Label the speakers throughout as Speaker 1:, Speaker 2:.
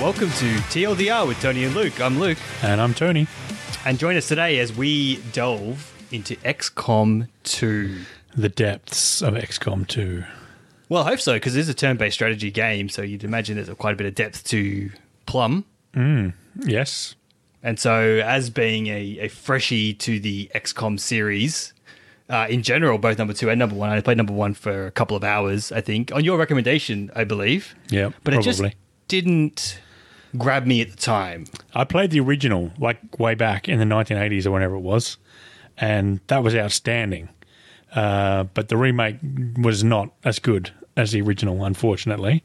Speaker 1: Welcome to TLDR with Tony and Luke. I'm Luke,
Speaker 2: And I'm Tony.
Speaker 1: and join us today as we delve into XCOM 2.
Speaker 2: The depths of XCOM 2.
Speaker 1: Well, I hope so, because it is a turn based strategy game, so you'd imagine there's quite a bit of depth to plumb.
Speaker 2: Yes.
Speaker 1: And so, as being a, a freshie to the XCOM series uh, in general, both number two and number one, I played number one for a couple of hours, I think, on your recommendation, I believe.
Speaker 2: Yeah,
Speaker 1: but it just
Speaker 2: probably.
Speaker 1: didn't grab me at the time.
Speaker 2: I played the original, like way back in the 1980s or whenever it was, and that was outstanding. Uh, but the remake was not as good as the original, unfortunately.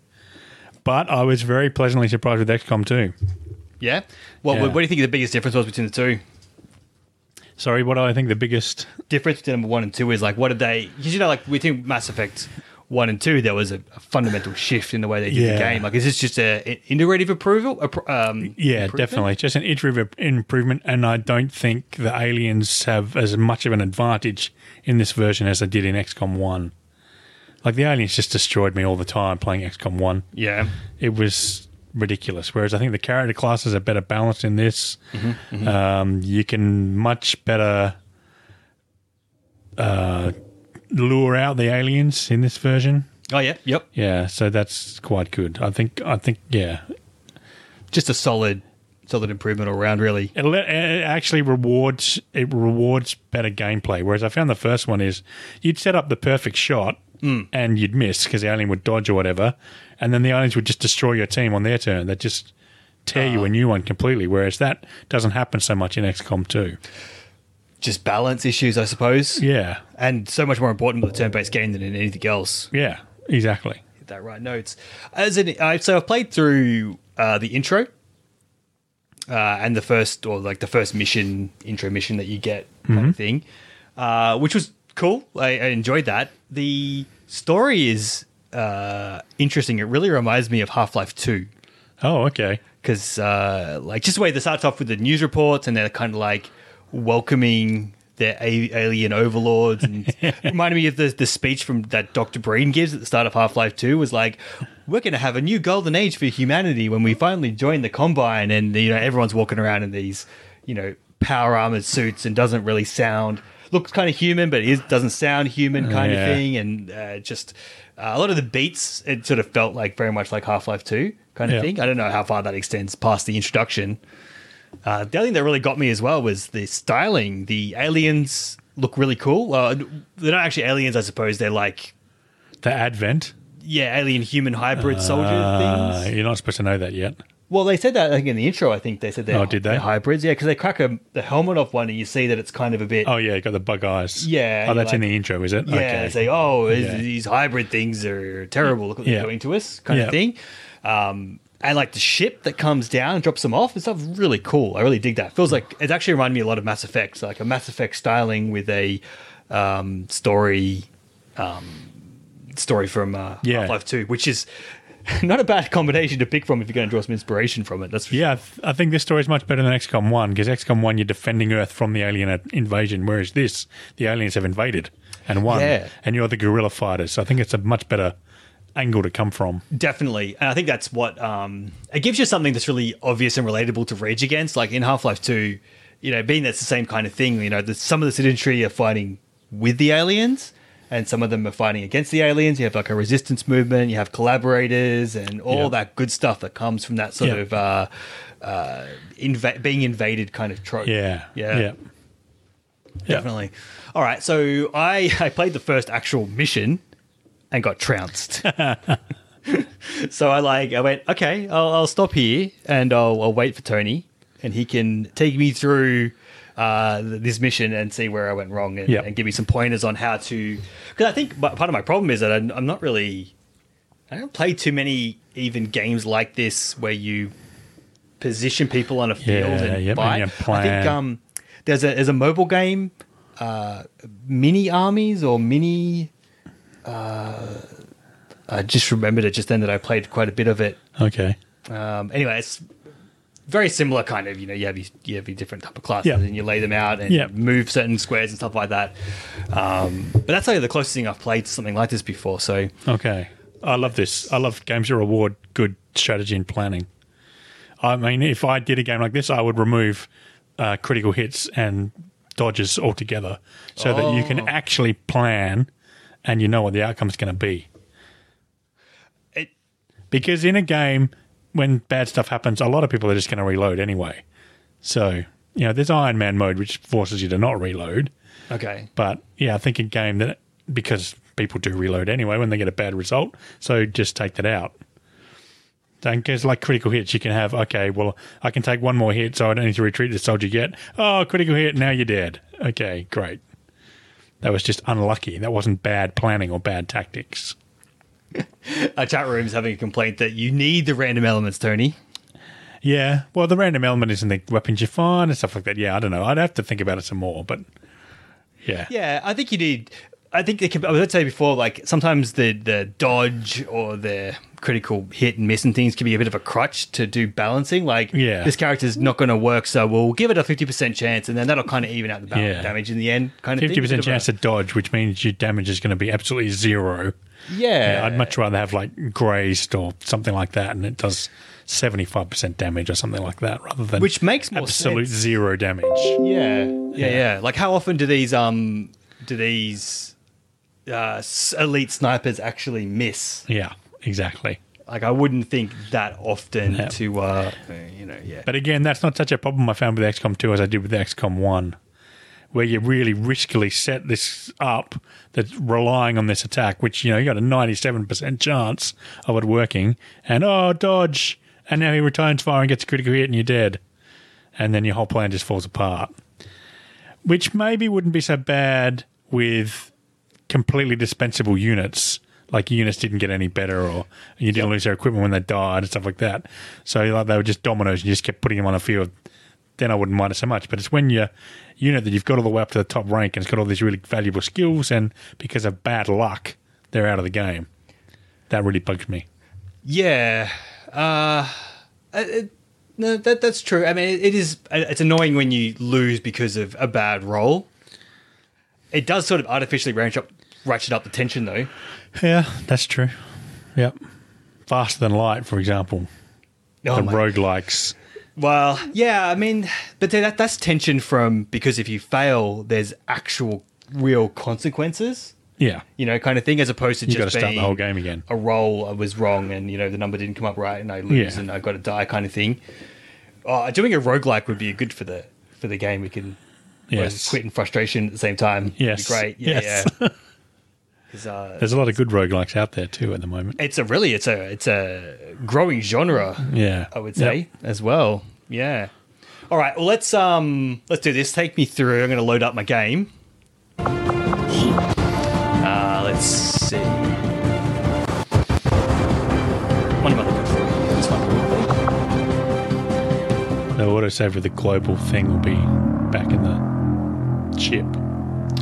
Speaker 2: But I was very pleasantly surprised with XCOM 2.
Speaker 1: Yeah. Well,
Speaker 2: Yeah.
Speaker 1: what do you think the biggest difference was between the two?
Speaker 2: Sorry, what I think the biggest.
Speaker 1: difference between number one and two is like what did they because you know like we think mass effect one and two there was a, a fundamental shift in the way they did the
Speaker 2: Yeah.
Speaker 1: game like is this just a an iterative approval appro- um
Speaker 2: Yeah,
Speaker 1: improvement?
Speaker 2: definitely. Just an iterative improvement, and I don't think the aliens have as much of an advantage in this version as they did in XCOM 1. Like, the aliens just destroyed me all the time playing XCOM 1.
Speaker 1: yeah
Speaker 2: It was ridiculous. Whereas I think the character classes are better balanced in this. Um, you can much better uh, lure out the aliens in this version.
Speaker 1: oh yeah yep
Speaker 2: Yeah, so that's quite good. I think, I think, yeah,
Speaker 1: just a solid solid improvement all around really
Speaker 2: it, le- it actually rewards it rewards better gameplay. Whereas I found the first one is you'd set up the perfect shot
Speaker 1: Hmm.
Speaker 2: and you'd miss because the alien would dodge or whatever, and then the aliens would just destroy your team on their turn. They would just tear
Speaker 1: Ah.
Speaker 2: you a new one completely. Whereas that doesn't happen so much in XCOM two.
Speaker 1: just balance issues i suppose
Speaker 2: Yeah,
Speaker 1: and so much more important with a turn-based game than in anything else
Speaker 2: yeah, exactly.
Speaker 1: Hit that right notes as in I, so i've played through uh the intro uh and the first or like the first mission intro mission that you get kind of thing uh which was cool I, I enjoyed that the story is uh interesting it really reminds me of half-life 2
Speaker 2: Oh, okay.
Speaker 1: because uh, like just the way this starts off with the news reports and they're kind of like welcoming their a- alien overlords and reminded me of the, the speech from that dr breen gives at the start of half-life 2 was like we're going to have a new golden age for humanity when we finally join the combine and you know everyone's walking around in these you know power armored suits and doesn't really sound looks kind of human but is doesn't sound human kind
Speaker 2: yeah.
Speaker 1: of thing and uh, just uh, a lot of the beats it sort of felt like very much like half-life 2 kind of
Speaker 2: Yeah.
Speaker 1: thing I don't know how far that extends past the introduction. Uh, the other thing that really got me as well was the styling. The aliens look really cool. Uh, they're not actually aliens, I suppose. They're like,
Speaker 2: The advent.
Speaker 1: yeah, alien human hybrid
Speaker 2: Ah,
Speaker 1: soldier
Speaker 2: Uh,
Speaker 1: things.
Speaker 2: you're not supposed to know that yet.
Speaker 1: Well, they said that I think in the intro. I think they said they're,
Speaker 2: Oh, did they?
Speaker 1: they're hybrids. Yeah, because they crack a, the helmet off one and you see that it's kind of a bit.
Speaker 2: Oh yeah, you got the bug eyes.
Speaker 1: Yeah,
Speaker 2: Oh,
Speaker 1: you're
Speaker 2: that's in
Speaker 1: like-
Speaker 2: the intro, is it?
Speaker 1: Yeah, they say, oh, is-
Speaker 2: Yeah.
Speaker 1: these hybrid things are terrible. Look what they're
Speaker 2: Yeah.
Speaker 1: doing to us, kind of
Speaker 2: Yeah.
Speaker 1: thing. Um, and like the ship that comes down, and drops them off. It's stuff really cool. I really dig that. Feels like it actually reminded me a lot of Mass Effect, like a Mass Effect styling with a um, story um, story from uh,
Speaker 2: Yeah.
Speaker 1: Half Life Two, which is not a bad combination to pick from if you're going to draw some inspiration from it. That's for
Speaker 2: Yeah, I, th- I think this story is much better than XCOM 1 because XCOM 1 you're defending Earth from the alien at- invasion, whereas this, the aliens have invaded and won,
Speaker 1: Yeah.
Speaker 2: and you're the guerrilla fighters. So I think it's a much better angle to come from.
Speaker 1: Definitely. And I think that's what um, it gives you something that's really obvious and relatable to rage against. Like in Half Life 2, you know, being that's the same kind of thing, you know, the, some of the sedentary are fighting with the aliens and some of them are fighting against the aliens. You have like a resistance movement, you have collaborators and all
Speaker 2: Yeah.
Speaker 1: that good stuff that comes from that sort
Speaker 2: Yeah.
Speaker 1: of uh, uh, inv- being invaded kind of trope.
Speaker 2: Yeah.
Speaker 1: Yeah.
Speaker 2: Yeah.
Speaker 1: Definitely. All right. So I, I played the first actual mission and got trounced. so I like I went okay. I'll, I'll stop here and I'll, I'll wait for Tony and he can take me through uh, th- this mission and see where I went wrong and,
Speaker 2: Yep.
Speaker 1: and give me some pointers on how to. Because I think but part of my problem is that I'm, I'm not really. I don't play too many even games like this where you position people on a field and
Speaker 2: yep, and
Speaker 1: buy.
Speaker 2: you
Speaker 1: I think
Speaker 2: plan.
Speaker 1: um, there's a there's a mobile game, uh, mini armies or mini. Uh, I just remembered it just then that I played quite a bit of it.
Speaker 2: Okay.
Speaker 1: Um, anyway, it's very similar kind of you know you have your, you have your different type of classes
Speaker 2: Yeah.
Speaker 1: and you lay them out and
Speaker 2: Yeah.
Speaker 1: move certain squares and stuff like that. Um, but that's only the closest thing I've played to something like this before. So
Speaker 2: Okay. I love this. I love games that reward good strategy and planning. I mean, if I did a game like this, I would remove uh, critical hits and dodges altogether, so that you
Speaker 1: Oh.
Speaker 2: can actually plan and you know what the outcome's going to be.
Speaker 1: It-
Speaker 2: because in a game, when bad stuff happens, a lot of people are just going to reload anyway. So you know, there's Iron Man mode which forces you to not reload.
Speaker 1: Okay.
Speaker 2: But yeah, I think a game that because people do reload anyway when they get a bad result, so just take that out. Don't because like critical hits, you can have okay. Well, I can take one more hit, so I don't need to retreat the soldier yet. Oh, critical hit! Now you're dead. Okay, great. That was just unlucky. That wasn't bad planning or bad tactics.
Speaker 1: Our chat room's having a complaint that you need the random elements, Tony.
Speaker 2: Yeah. Well, the random element is in the weapons you find and stuff like that. Yeah, I don't know. I'd have to think about it some more, but yeah.
Speaker 1: Yeah, I think you need. I think it can, I was going to say before, like sometimes the the dodge or the critical hit and miss and things can be a bit of a crutch to do balancing. Like,
Speaker 2: Yeah.
Speaker 1: this character's not going to work, so we'll give it a fifty percent chance, and then that'll kind of even out the bal-
Speaker 2: Yeah.
Speaker 1: damage in the end. Kind of
Speaker 2: Fifty percent
Speaker 1: thing.
Speaker 2: chance to dodge, which means your damage is going to be absolutely zero.
Speaker 1: Yeah,
Speaker 2: Yeah, I'd much rather have like grazed or something like that, and it does seventy five percent damage or something like that, rather than
Speaker 1: Which makes more
Speaker 2: absolute
Speaker 1: sense.
Speaker 2: zero damage.
Speaker 1: Yeah, yeah, yeah. Like, how often do these um do these uh, s- elite snipers actually miss?
Speaker 2: Yeah, exactly.
Speaker 1: Like, I wouldn't think that often
Speaker 2: Yeah.
Speaker 1: to uh, you know, yeah.
Speaker 2: But again, that's not such a problem I found with XCOM two as I did with XCOM one, where you really riskily set this up that's relying on this attack, which you know you got a ninety seven percent chance of it working, and oh dodge, and now he returns fire and gets a critical hit, and you're dead. and then your whole plan just falls apart. Which maybe wouldn't be so bad with completely dispensable units. Like your units didn't get any better, or you didn't lose their equipment when they died, and stuff like that. So like they were just dominoes, and you just kept putting them on the field. Then I wouldn't mind it so much. But it's when your unit that you've got all the way up to the top rank and it's got all these really valuable skills, and because of bad luck, they're out of the game. That really bugs me.
Speaker 1: Yeah, uh, it, it- no, that that's true. I mean, it, it is. It's annoying when you lose because of a bad roll. It does sort of artificially ratchet up, ratchet up the tension, though.
Speaker 2: Yeah, that's true. Yep. Faster than light, for example.
Speaker 1: Oh
Speaker 2: the
Speaker 1: my-
Speaker 2: roguelikes.
Speaker 1: Well, yeah, I mean, but then that that's tension from because if you fail, there's actual real consequences.
Speaker 2: Yeah.
Speaker 1: You know, kind of thing, as opposed to
Speaker 2: You got to
Speaker 1: just
Speaker 2: start
Speaker 1: being
Speaker 2: the whole game again.
Speaker 1: a roll I was wrong and you know the number didn't come up right and I lose
Speaker 2: Yeah.
Speaker 1: and I got to die kind of thing. Uh, doing a roguelike would be good for the for the game. We can
Speaker 2: Yes.
Speaker 1: quit in frustration at the same time. It'd be
Speaker 2: Yes.
Speaker 1: great. Yeah,
Speaker 2: Yes.
Speaker 1: yeah. 'Cause, uh,
Speaker 2: There's a lot of good roguelikes out there too at the moment.
Speaker 1: it's a really it's a it's a growing genre.
Speaker 2: Yeah.
Speaker 1: I would say as well. Yeah. All right. Well, let's um let's do this. Take me through. I'm going to load up my game. Uh, let's see. What am I looking for? This one.
Speaker 2: Yep. The autosave with the global thing will be back in the ship.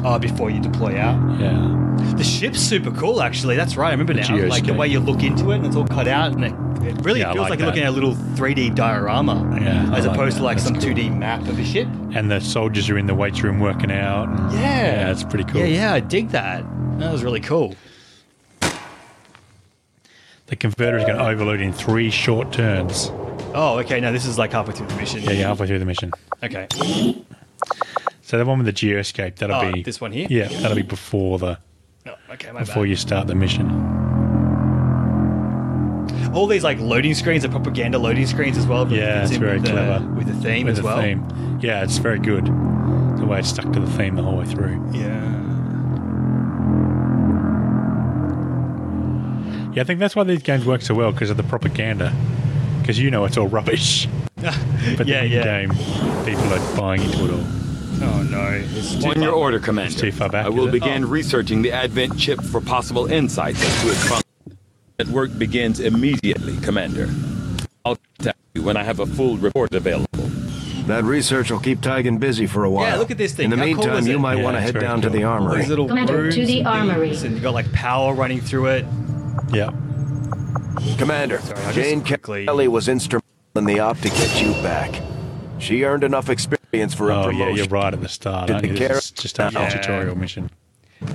Speaker 1: Oh, before you deploy out.
Speaker 2: Yeah.
Speaker 1: The ship's super cool, actually. That's right. I remember now. Like the
Speaker 2: geoscape.
Speaker 1: way you look into it, and it's all cut out, and it, it really
Speaker 2: Yeah, I
Speaker 1: feels like,
Speaker 2: like
Speaker 1: you're looking
Speaker 2: that.
Speaker 1: at a little 3D diorama,
Speaker 2: Yeah, I
Speaker 1: as
Speaker 2: like
Speaker 1: opposed to
Speaker 2: that.
Speaker 1: like
Speaker 2: That's
Speaker 1: some
Speaker 2: cool.
Speaker 1: 2D map of a ship.
Speaker 2: And the soldiers are in the weights room working out. and-
Speaker 1: Yeah.
Speaker 2: Yeah, it's pretty cool.
Speaker 1: Yeah, yeah, I dig that. That was really cool.
Speaker 2: The converter is going to overload in three short turns.
Speaker 1: Oh, okay. Now this is like halfway through the mission.
Speaker 2: Yeah, you're halfway through the mission.
Speaker 1: Okay.
Speaker 2: So the one with the geoscape, that'll
Speaker 1: Oh,
Speaker 2: be
Speaker 1: this one here?
Speaker 2: Yeah, that'll be before the
Speaker 1: Oh, okay, my
Speaker 2: before
Speaker 1: bad.
Speaker 2: you start the mission.
Speaker 1: All these like loading screens are propaganda loading screens as well. but
Speaker 2: Yeah,
Speaker 1: fits
Speaker 2: it's
Speaker 1: in
Speaker 2: very
Speaker 1: with the-
Speaker 2: clever.
Speaker 1: with the theme
Speaker 2: With
Speaker 1: as
Speaker 2: the
Speaker 1: well.
Speaker 2: theme. Yeah, it's very good. The way it's stuck to the theme the whole way through.
Speaker 1: Yeah.
Speaker 2: Yeah, I think that's why these games work so well because of the propaganda. Because you know it's all rubbish, but
Speaker 1: yeah,
Speaker 2: the
Speaker 1: yeah.
Speaker 2: game people are buying into it all.
Speaker 1: Oh no. It's too
Speaker 3: On your
Speaker 1: far.
Speaker 3: order, Commander,
Speaker 2: It's too far back,
Speaker 3: I will
Speaker 2: is it? Oh.
Speaker 3: begin researching the Advent chip for possible insights as to its function. That work begins immediately, Commander. I'll contact you when I have a full report available.
Speaker 4: That research will keep Tigan busy for a while.
Speaker 1: look at this thing.
Speaker 4: In the
Speaker 1: How cool
Speaker 4: meantime,
Speaker 1: is it?
Speaker 4: you might
Speaker 2: Yeah,
Speaker 4: want to
Speaker 2: it's
Speaker 4: head
Speaker 2: very
Speaker 4: down to
Speaker 2: cool.
Speaker 4: the armory.
Speaker 1: These little
Speaker 5: Commander,
Speaker 1: rooms
Speaker 5: to the
Speaker 1: and
Speaker 5: armory.
Speaker 1: things, and you got like power running through it.
Speaker 2: Yeah,
Speaker 4: Commander,
Speaker 1: Sorry, I'll
Speaker 4: Jane
Speaker 1: just quickly-
Speaker 4: Kelly was instrumental in the op to get you back. She earned enough experience for a
Speaker 2: Oh yeah,
Speaker 4: promotion.
Speaker 2: you're right at the start.
Speaker 4: Did
Speaker 2: Aren't
Speaker 4: the
Speaker 2: you? This
Speaker 4: car-
Speaker 2: is just after
Speaker 1: Yeah.
Speaker 2: the tutorial mission.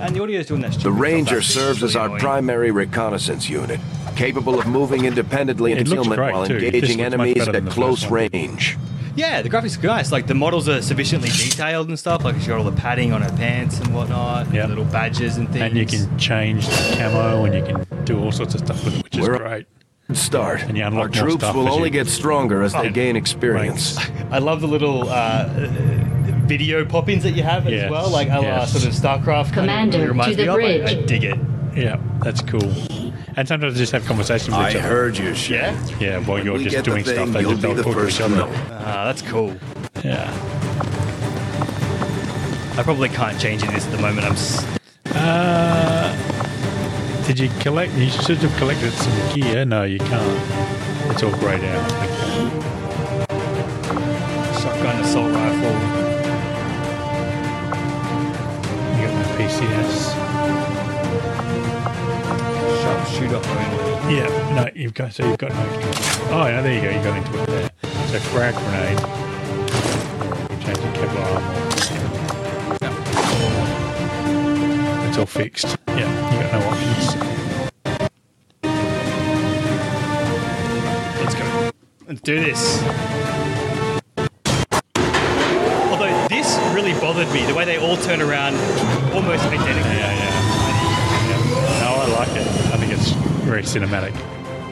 Speaker 1: And the audio's doing that.
Speaker 4: The
Speaker 1: stupid job
Speaker 4: Ranger
Speaker 1: back, which is
Speaker 4: serves as
Speaker 1: really
Speaker 4: our
Speaker 1: annoying.
Speaker 4: primary reconnaissance unit, capable of moving independently in
Speaker 2: It looks
Speaker 4: concealment
Speaker 2: great,
Speaker 4: while
Speaker 2: too. This
Speaker 4: engaging
Speaker 2: looks much
Speaker 4: enemies
Speaker 2: better than
Speaker 4: at
Speaker 2: the
Speaker 4: close
Speaker 2: first one.
Speaker 4: range.
Speaker 1: Yeah, the graphics are nice. Like the models are sufficiently detailed and stuff. Like she's got all the padding on her pants and whatnot,
Speaker 2: Yeah.
Speaker 1: and little badges and things.
Speaker 2: And you can change the camo and you can do all sorts of stuff with it, which is
Speaker 4: We're-
Speaker 2: great.
Speaker 4: Start.
Speaker 2: And you unlock more
Speaker 4: Our troops
Speaker 2: stuff
Speaker 4: will
Speaker 2: as
Speaker 4: only
Speaker 2: you-
Speaker 4: get stronger as
Speaker 2: Oh.
Speaker 4: they gain experience.
Speaker 1: I love the little uh, video pop-ins that you have
Speaker 2: Yes,
Speaker 1: as well, like a la
Speaker 2: yes.
Speaker 1: sort of StarCraft. kind of
Speaker 5: Commander,
Speaker 1: really reminds
Speaker 5: to the
Speaker 1: me Of. I- I,
Speaker 5: bridge.
Speaker 1: dig it.
Speaker 2: Yeah, that's cool. And sometimes just have conversations with
Speaker 6: I
Speaker 2: each other.
Speaker 6: heard you, Shane.
Speaker 1: Yeah,
Speaker 2: Yeah, while you're
Speaker 6: We
Speaker 2: just
Speaker 6: get the
Speaker 2: doing stuff,
Speaker 6: thing,
Speaker 2: they
Speaker 6: you'll
Speaker 2: just
Speaker 6: be
Speaker 2: don't
Speaker 6: the
Speaker 2: talk to
Speaker 6: first to
Speaker 2: each other.
Speaker 6: know.
Speaker 1: uh, that's cool.
Speaker 2: Yeah.
Speaker 1: I probably can't change any of this at the moment. I'm s-
Speaker 2: Uh, did you collect? You should have collected some gear. No, you can't. It's all grayed out. Okay.
Speaker 1: shotgun assault rifle.
Speaker 2: You got no PCS.
Speaker 1: Sharpshooter only.
Speaker 2: Yeah. No, you've got. So you've got no. Oh, yeah, there you go. You got into it there. So frag grenade. We changed the Kevlar armor. It's all fixed. Yeah. You got no options.
Speaker 1: Let's go. Let's do this. Although this really bothered me, the way they all turn around, almost identical.
Speaker 2: Yeah, yeah. yeah. No, I like it. I think it's very cinematic.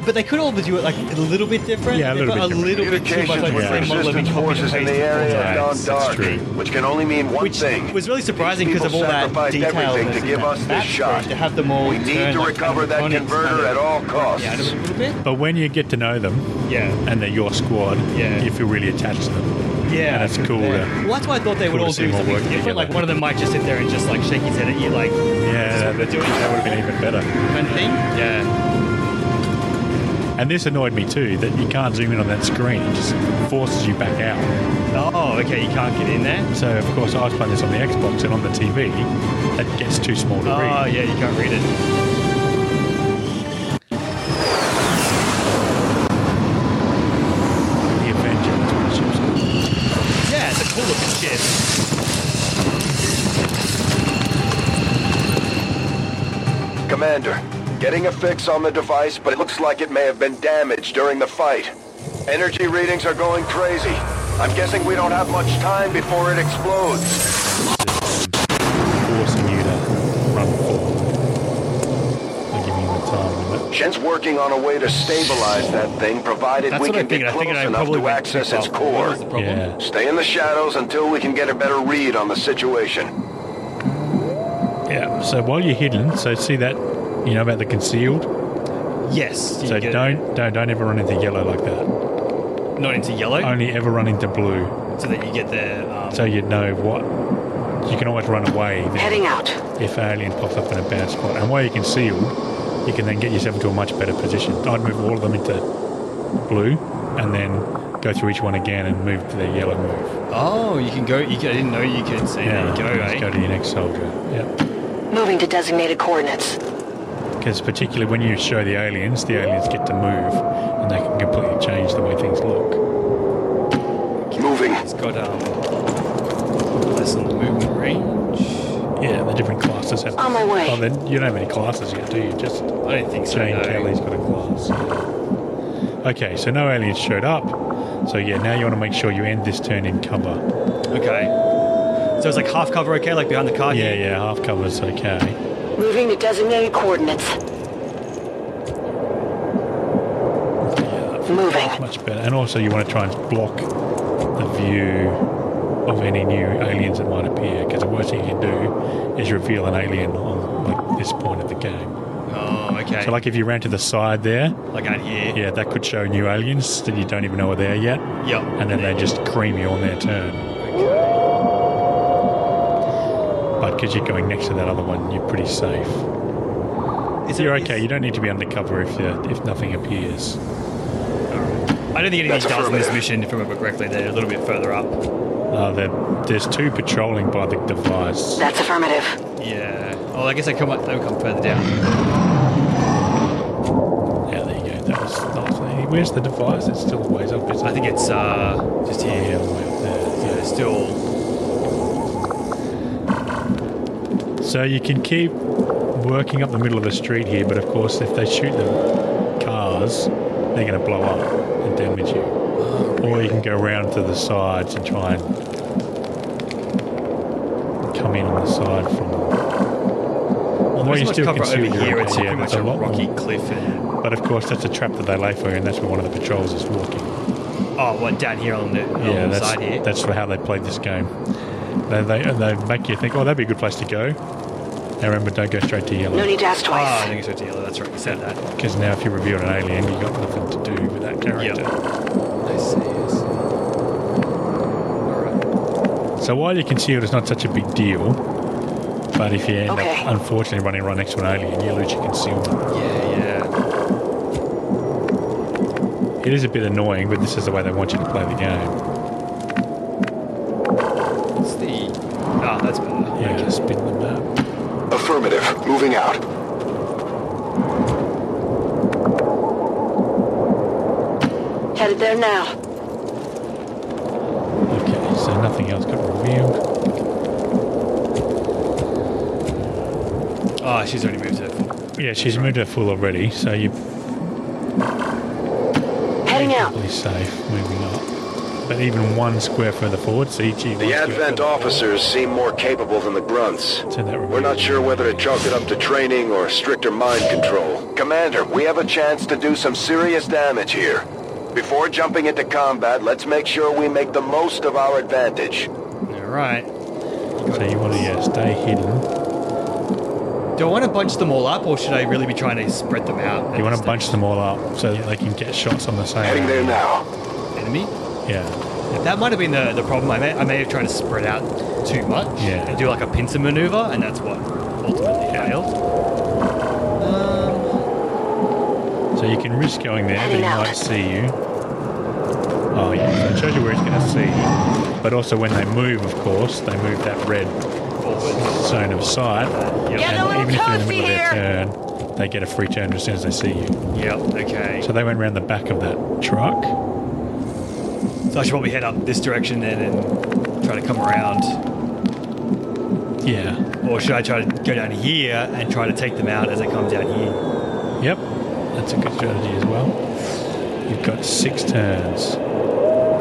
Speaker 1: But they could all do it like a little bit different.
Speaker 2: Yeah, a
Speaker 1: They've
Speaker 2: little
Speaker 1: got
Speaker 2: bit
Speaker 1: a little bit too
Speaker 4: Communications
Speaker 1: much like
Speaker 2: with
Speaker 1: the same model of
Speaker 4: resistance
Speaker 1: being copied
Speaker 4: forces
Speaker 1: and
Speaker 4: in the
Speaker 1: pasted.
Speaker 4: area
Speaker 2: Yeah,
Speaker 4: have gone
Speaker 2: it's- it's
Speaker 4: dark,
Speaker 2: true.
Speaker 4: which can only mean one
Speaker 1: Which
Speaker 4: thing.
Speaker 1: was really surprising because of all
Speaker 4: people
Speaker 1: that
Speaker 4: sacrificed
Speaker 1: detail
Speaker 4: everything
Speaker 1: that's
Speaker 4: to
Speaker 1: in
Speaker 4: give
Speaker 1: that
Speaker 4: us this
Speaker 1: map,
Speaker 4: shot.
Speaker 1: To have them all
Speaker 4: We need
Speaker 1: turn,
Speaker 4: to
Speaker 1: like,
Speaker 4: recover that
Speaker 1: components
Speaker 4: converter at
Speaker 1: kind
Speaker 4: all
Speaker 1: of-
Speaker 4: costs.
Speaker 1: Yeah, just a little bit.
Speaker 2: But when you get to know them
Speaker 1: Yeah,
Speaker 2: and they're your squad,
Speaker 1: Yeah.
Speaker 2: you feel really attached to them.
Speaker 1: yeah,
Speaker 2: And it's cool to-
Speaker 1: Well, that's why I thought they would all
Speaker 2: cool to see
Speaker 1: do
Speaker 2: them all
Speaker 1: something
Speaker 2: working
Speaker 1: different.
Speaker 2: together.
Speaker 1: Like one of them might just sit there and just like shake his head at you, like
Speaker 2: Yeah, that, that, that would have been even better.
Speaker 1: kind of thing. Yeah,
Speaker 2: And this annoyed me too that you can't zoom in on that screen. It just forces you back out.
Speaker 1: oh, okay, you can't get in there.
Speaker 2: So of course I was playing this on the Xbox and on the TV, that gets too small to
Speaker 1: Oh,
Speaker 2: read.
Speaker 1: yeah, you can't read it.
Speaker 2: The Avenger, that's what the ship's called.
Speaker 1: Yeah, it's a cool looking ship.
Speaker 4: Commander, getting a fix on the device, but it looks like it may have been damaged during the fight. Energy readings are going crazy. I'm guessing we don't have much time before it explodes.
Speaker 2: forcing you to run forward. They're giving you the time limit.
Speaker 4: Shen's working on a way to stabilize that thing, provided
Speaker 1: That's
Speaker 4: we
Speaker 1: what I
Speaker 4: can
Speaker 1: figured.
Speaker 4: get
Speaker 1: I
Speaker 4: close
Speaker 1: figured I
Speaker 4: enough
Speaker 1: probably
Speaker 4: to
Speaker 1: went
Speaker 4: access
Speaker 1: too
Speaker 4: its
Speaker 1: far. What
Speaker 4: core.
Speaker 1: was the problem?
Speaker 2: Yeah.
Speaker 4: Stay in the shadows until we can get a better read on the situation.
Speaker 2: Yeah. So while you're hidden, so see that you know about the concealed.
Speaker 1: Yes. you
Speaker 2: So
Speaker 1: get it.
Speaker 2: don't don't don't ever run into yellow like that.
Speaker 1: not into yellow,
Speaker 2: Only ever run into blue.
Speaker 1: so that you get the. Um,
Speaker 2: so you'd know what. You can always run away then
Speaker 5: Heading out.
Speaker 2: if an alien pops up in a bad spot. And while you're concealed, you can then get yourself into a much better position. I'd move all of them into blue and then go through each one again and move to their yellow move.
Speaker 1: oh, you can go. You can, I didn't know you could. So there you go.
Speaker 2: Just
Speaker 1: eh?
Speaker 2: go to your next soldier. Yeah.
Speaker 5: Moving to designated coordinates.
Speaker 2: Because particularly when you show the aliens, the aliens get to move and they can completely change the way things look.
Speaker 4: Moving.
Speaker 1: It's got um, less on the movement range.
Speaker 2: Yeah, the different classes have.
Speaker 5: On my way.
Speaker 2: Oh, then you don't have any classes yet, do you? Just
Speaker 1: I don't think so.
Speaker 2: Jane
Speaker 1: no.
Speaker 2: Kelly's got a glass. Okay, so no aliens showed up. So yeah, now you want to make sure you end this turn in cover.
Speaker 1: Okay. So it's like half cover, okay, like behind the car.
Speaker 2: Oh, Yeah, yeah, half cover's okay.
Speaker 5: Moving to designated coordinates. Moving.
Speaker 2: Much better. And also you want to try and block the view of any new aliens that might appear, because the worst thing you can do is reveal an alien on like this point of the game.
Speaker 1: Oh, okay.
Speaker 2: So like if you ran to the side there,
Speaker 1: like out here.
Speaker 2: yeah, that could show new aliens that you don't even know are there yet.
Speaker 1: Yep.
Speaker 2: And then they just cream you on their turn.
Speaker 1: Okay.
Speaker 2: But because you're going next to that other one, you're pretty safe.
Speaker 1: Is
Speaker 2: You're
Speaker 1: there-
Speaker 2: okay. You don't need to be undercover if you if nothing appears.
Speaker 1: I don't think
Speaker 4: That's
Speaker 1: anything does in this
Speaker 4: affirmative.
Speaker 1: mission, if I remember correctly. They're a little bit further up.
Speaker 2: Uh, there- there's two patrolling by the device.
Speaker 5: That's affirmative.
Speaker 1: Yeah. Oh, I guess they come up. They come further down.
Speaker 2: Yeah, there you go. That was nice. Where's the device? It's still a ways up. Is
Speaker 1: I think it's uh just
Speaker 2: yeah,
Speaker 1: here.
Speaker 2: all the way up there.
Speaker 1: Yeah, it's still.
Speaker 2: So you can keep working up the middle of the street here, but of course, if they shoot the cars, they're going to blow up and damage you. Or you can go round to the sides and try and come in on the side from. Although
Speaker 1: There's
Speaker 2: you
Speaker 1: much
Speaker 2: still
Speaker 1: cover
Speaker 2: can see
Speaker 1: over
Speaker 2: with your
Speaker 1: here.
Speaker 2: eye,
Speaker 1: It's
Speaker 2: yeah,
Speaker 1: pretty much
Speaker 2: there's
Speaker 1: a,
Speaker 2: lot more.
Speaker 1: rocky cliff. And,
Speaker 2: But of course, that's a trap that they lay for you, and that's where one of the patrols is walking.
Speaker 1: oh, what down here on the,
Speaker 2: Yeah,
Speaker 1: on the
Speaker 2: that's
Speaker 1: side here?
Speaker 2: that's how they played this game. They, they they make you think, oh, that'd be a good place to go. Now remember, don't go straight to
Speaker 5: No
Speaker 2: yellow
Speaker 5: need to ask
Speaker 1: Ah,
Speaker 5: twice.
Speaker 1: I think it's right to yellow. That's right. You said that.
Speaker 2: because now if you reveal an alien, you got nothing to do with that
Speaker 6: I
Speaker 2: character.
Speaker 6: see, I see. All
Speaker 2: So while you concealed, it's not such a big deal. But if you end
Speaker 5: Okay.
Speaker 2: up unfortunately running right next to an alien, you lose your concealment.
Speaker 6: right. Yeah, yeah.
Speaker 2: It is a bit annoying, but this is the way they want you to play the game.
Speaker 6: It's the
Speaker 1: Ah, that's better.
Speaker 2: Yeah, spin the map.
Speaker 4: Affirmative. Moving out.
Speaker 5: Headed there now.
Speaker 2: Okay, so nothing else got revealed.
Speaker 1: Oh, she's already moved her. foot.
Speaker 2: Yeah, she's moved her full already, so you're
Speaker 5: Heading out.
Speaker 2: Probably safe moving up. But even one square further forward, so each one
Speaker 4: The
Speaker 2: square
Speaker 4: Advent
Speaker 2: further
Speaker 4: officers seem more capable than the grunts.
Speaker 2: Send that
Speaker 4: We're not sure whether to chalk it up to training or stricter mind control. Commander, we have a chance to do some serious damage here. Before jumping into combat, let's make sure we make the most of our advantage.
Speaker 1: All right.
Speaker 2: forward. So you want to yeah, stay hidden.
Speaker 1: Do I want to bunch them all up, or should I really be trying to spread them out? at
Speaker 2: You want
Speaker 1: this
Speaker 2: to bunch them all up so that they can get shots on the same.
Speaker 4: Heading there now.
Speaker 1: stage? enemy?
Speaker 2: Yeah.
Speaker 1: That might have been the, the problem. I may, I may have tried to spread out too much
Speaker 2: Yeah.
Speaker 1: and do like a pincer maneuver, and that's what ultimately failed.
Speaker 2: So you can risk going there, but he
Speaker 5: Heading out.
Speaker 2: might see you. Oh yeah, so it shows you where he's going to see. you. But also when they move, of course, they move that red
Speaker 1: Forward.
Speaker 2: zone of sight.
Speaker 1: Get
Speaker 2: and
Speaker 5: a little
Speaker 2: even if you're in the
Speaker 5: cozy
Speaker 2: middle of their turn, they get a free turn as soon as they see you.
Speaker 1: Yep, okay.
Speaker 2: So they went round the back of that truck.
Speaker 1: So I should probably head up this direction then and try to come around.
Speaker 2: Yeah.
Speaker 1: Or should I try to go down here and try to take them out as they come down here?
Speaker 2: Yep, that's a good strategy as well. You've got six turns.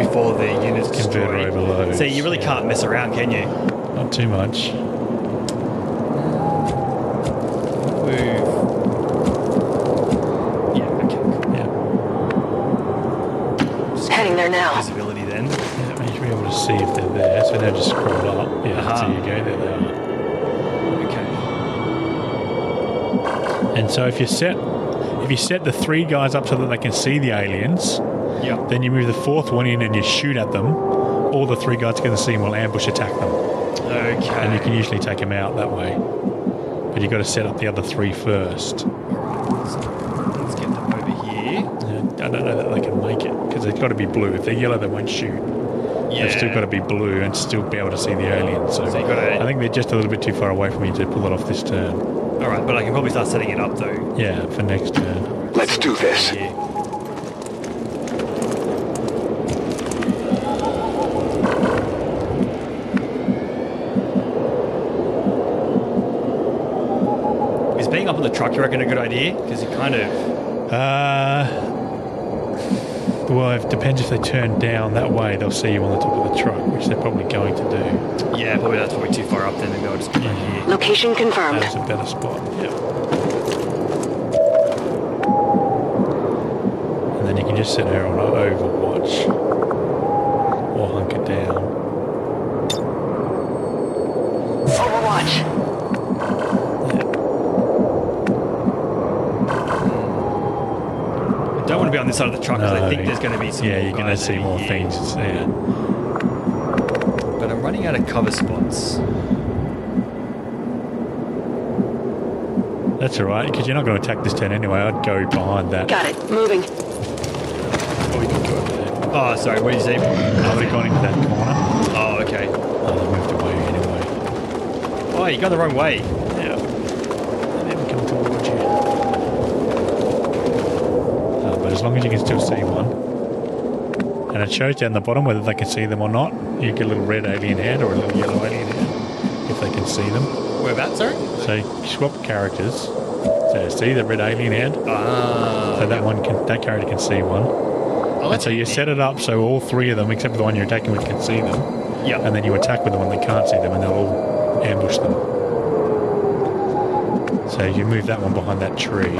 Speaker 1: Before the units
Speaker 2: Converter
Speaker 1: destroy.
Speaker 2: overloads,
Speaker 1: So you really
Speaker 2: yeah.
Speaker 1: can't mess around, can you?
Speaker 2: Not too much.
Speaker 1: Move. Yeah, okay. cool.
Speaker 2: Yeah,
Speaker 1: Just
Speaker 5: Heading there now.
Speaker 1: Visibility then.
Speaker 2: yeah, you should be able to see if they're there. So now just scroll up. Yeah,
Speaker 1: Uh-huh.
Speaker 2: so you go. There they
Speaker 1: Okay.
Speaker 2: are. And so if you set, if you set the three guys up so that they can see the aliens,
Speaker 1: Yep.
Speaker 2: then you move the fourth one in and you shoot at them. All the three guys are going to see them will ambush attack them,
Speaker 1: Okay.
Speaker 2: and you can usually take them out that way. But you've got to set up the other three first.
Speaker 1: Let's get them over here.
Speaker 2: Yeah, I don't know that they can make it because they've got to be blue. If they're yellow, they won't shoot.
Speaker 1: Yeah.
Speaker 2: They've still got to be blue and still be able to see the aliens. So,
Speaker 1: So you gotta-
Speaker 2: I think they're just a little bit too far away for me to pull it off this turn.
Speaker 1: All right, but I can probably start setting it up though.
Speaker 2: Yeah, for next turn.
Speaker 4: Let's do this.
Speaker 1: Here. Is being up on the truck, you reckon, a good idea? Because you kind of.
Speaker 2: Uh, well, it depends if they turn down that way. They'll see you on the top of the truck, which they're probably going to do.
Speaker 1: Yeah, probably that's probably too far up then. Maybe I'll just put it here.
Speaker 5: Location confirmed.
Speaker 2: That's a better spot. Yeah. And then you can just set her on Overwatch or hunker down.
Speaker 5: Overwatch.
Speaker 1: I don't want to be on this side of the truck because I
Speaker 2: No.
Speaker 1: think there's going to be some.
Speaker 2: Yeah, you're
Speaker 1: guys
Speaker 2: going to see
Speaker 1: over
Speaker 2: more
Speaker 1: here.
Speaker 2: things. It's- Yeah.
Speaker 1: But I'm running out of cover spots.
Speaker 2: That's all right, because you're not going to attack this turn anyway. I'd go behind that.
Speaker 5: Got it. Moving.
Speaker 2: Oh, you can go over there.
Speaker 1: Oh, sorry. What did you say?
Speaker 2: I would have gone into that corner.
Speaker 1: Oh, okay.
Speaker 2: Oh, they moved away anyway.
Speaker 1: Oh, you got the wrong way.
Speaker 2: Yeah. They never come towards you. Oh, Uh, but as long as you can still see one. And it shows down the bottom whether they can see them or not. You get a little red alien hand or a little yellow alien hand if they can see them.
Speaker 1: Whereabouts, sorry?
Speaker 2: So you swap characters. So see the red alien head. Ah. So that one can that character can see one.
Speaker 1: Oh,
Speaker 2: And
Speaker 1: that's
Speaker 2: so you set it up so all three of them, except for the one you're attacking with, can see them.
Speaker 1: Yeah.
Speaker 2: And then you attack with the one that can't see them, and they'll all ambush them. So you move that one behind that tree,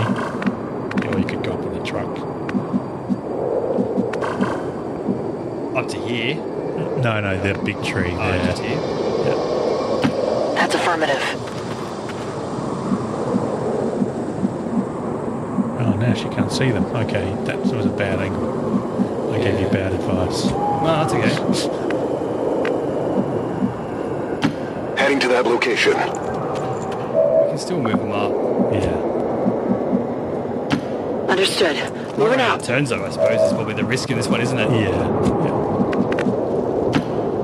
Speaker 2: or you could go up in the truck.
Speaker 1: up to here. Oh,
Speaker 2: No, no, the big tree
Speaker 1: just
Speaker 2: there.
Speaker 1: here.
Speaker 5: That's affirmative.
Speaker 2: Oh, now she can't see them. Okay, that was a bad angle. I gave you bad advice.
Speaker 1: No, that's okay.
Speaker 4: Heading to that location.
Speaker 1: We can still move them up.
Speaker 2: Yeah.
Speaker 5: Understood. Moving
Speaker 1: Running out
Speaker 5: out.
Speaker 1: of turns, though, I suppose, is probably the risk in this one, isn't it?
Speaker 2: Yeah. yeah.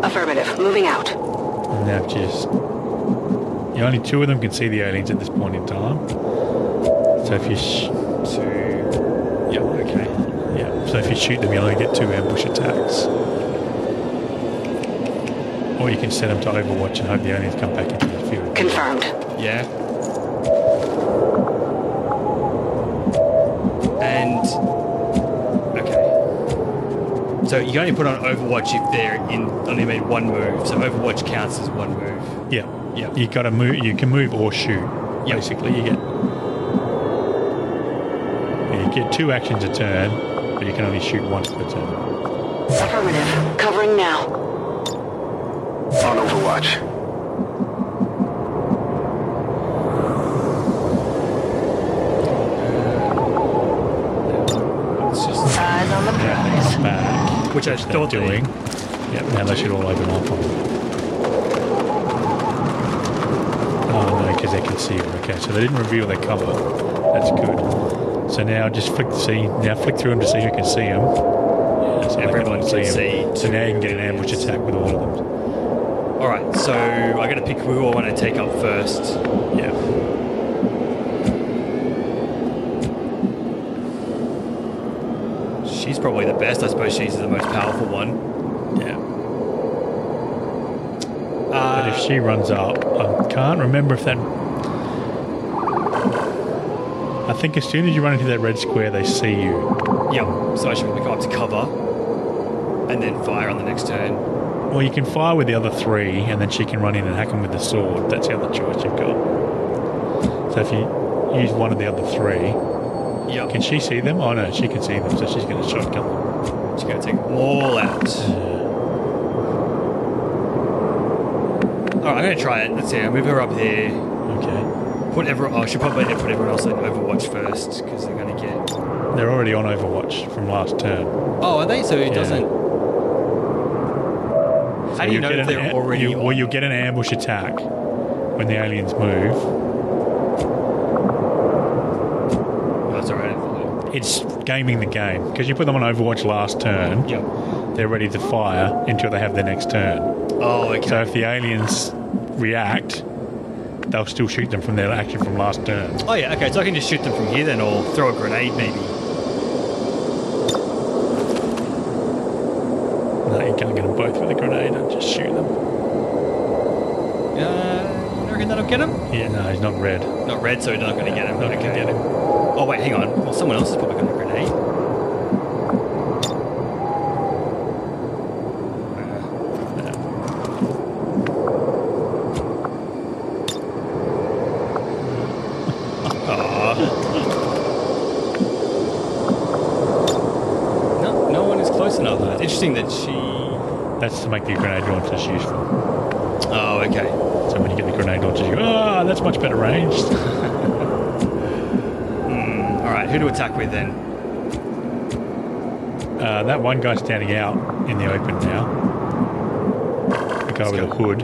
Speaker 5: Affirmative. Moving out.
Speaker 2: And they've just. Yeah, only two of them can see the aliens at this point in time. So if you. Sh-
Speaker 1: Two. Yeah, okay.
Speaker 2: yeah. So if you shoot them, you only get two ambush attacks. Or you can send them to Overwatch and hope the aliens come back into the field.
Speaker 5: Confirmed.
Speaker 1: Yeah. And. Okay. So you can only put on Overwatch if they're in only made one move. So Overwatch counts as one move.
Speaker 2: Yeah.
Speaker 1: Yeah.
Speaker 2: You got to move. You can move or shoot.
Speaker 1: Yeah.
Speaker 2: Basically, you get. yeah, You get two actions a turn, but you can only shoot once per turn.
Speaker 5: Affirmative. Covering now.
Speaker 4: On Overwatch.
Speaker 5: Eyes on the prize.
Speaker 2: Back.
Speaker 1: Which I
Speaker 2: they're
Speaker 1: thought they-
Speaker 2: doing. Yeah, now they should all open up. on- Oh no, because they can see them. Okay, so they didn't reveal their cover. That's good. So now just flick to see. Now flick through them to see who can see them. Yeah, so they
Speaker 1: Everyone
Speaker 2: all
Speaker 1: can
Speaker 2: 'em.
Speaker 1: see
Speaker 2: So now you can
Speaker 1: two
Speaker 2: get an ambush
Speaker 1: aliens.
Speaker 2: attack with all of them.
Speaker 1: All right. So I got to pick who I want to take up first.
Speaker 2: Yeah.
Speaker 1: She's probably the best. I suppose she's the most powerful one.
Speaker 2: Yeah.
Speaker 1: Uh,
Speaker 2: But if she runs up, I can't remember if that. I think as soon as you run into that red square, they see you.
Speaker 1: yeah. So I should probably go up to cover, and then fire on the next turn.
Speaker 2: Well, you can fire with the other three, and then she can run in and hack them with the sword. That's the other choice you've got. So if you use one of the other three,
Speaker 1: Yeah.
Speaker 2: can she see them? Oh no, she can see them, so she's going to shotgun them.
Speaker 1: She's gonna take them all out. All right. I'm gonna try it. Let's see. I move her up here.
Speaker 2: Okay,
Speaker 1: Put everyone. Oh, I should probably put everyone else in Overwatch first because they're gonna get.
Speaker 2: they're already on Overwatch from last turn.
Speaker 1: Oh, are they? So it
Speaker 2: Yeah.
Speaker 1: doesn't. How do you,
Speaker 2: You'll
Speaker 1: know
Speaker 2: get
Speaker 1: if
Speaker 2: an
Speaker 1: they're
Speaker 2: am-
Speaker 1: already?
Speaker 2: you- Well,
Speaker 1: on?
Speaker 2: you'll get an ambush attack when the aliens move.
Speaker 1: Oh, that's all right.
Speaker 2: It's gaming the game because you put them on Overwatch last turn.
Speaker 1: Yeah.
Speaker 2: They're ready to fire until they have their next turn.
Speaker 1: Oh, okay.
Speaker 2: So if the aliens react, they'll still shoot them from their action from last turn.
Speaker 1: Oh yeah, okay, so I can just shoot them from here then or throw a grenade maybe.
Speaker 2: No, you can't get them both with a grenade. I'll just shoot them.
Speaker 1: Uh, you reckon that'll get him?
Speaker 2: Yeah, no, he's not red.
Speaker 1: Not red, so not gonna get him.
Speaker 2: Not
Speaker 1: okay.
Speaker 2: gonna get him.
Speaker 1: Oh wait, hang on. Well someone else has probably got a grenade. Aw. No, no one is close enough. It's interesting that she
Speaker 2: That's to make the grenade launchers useful.
Speaker 1: Oh, okay.
Speaker 2: So when you get the grenade launchers, you go, ah, that's much better range.
Speaker 1: All right, who to attack with then?
Speaker 2: Uh, that one guy's standing out in the open now. The guy with the hood.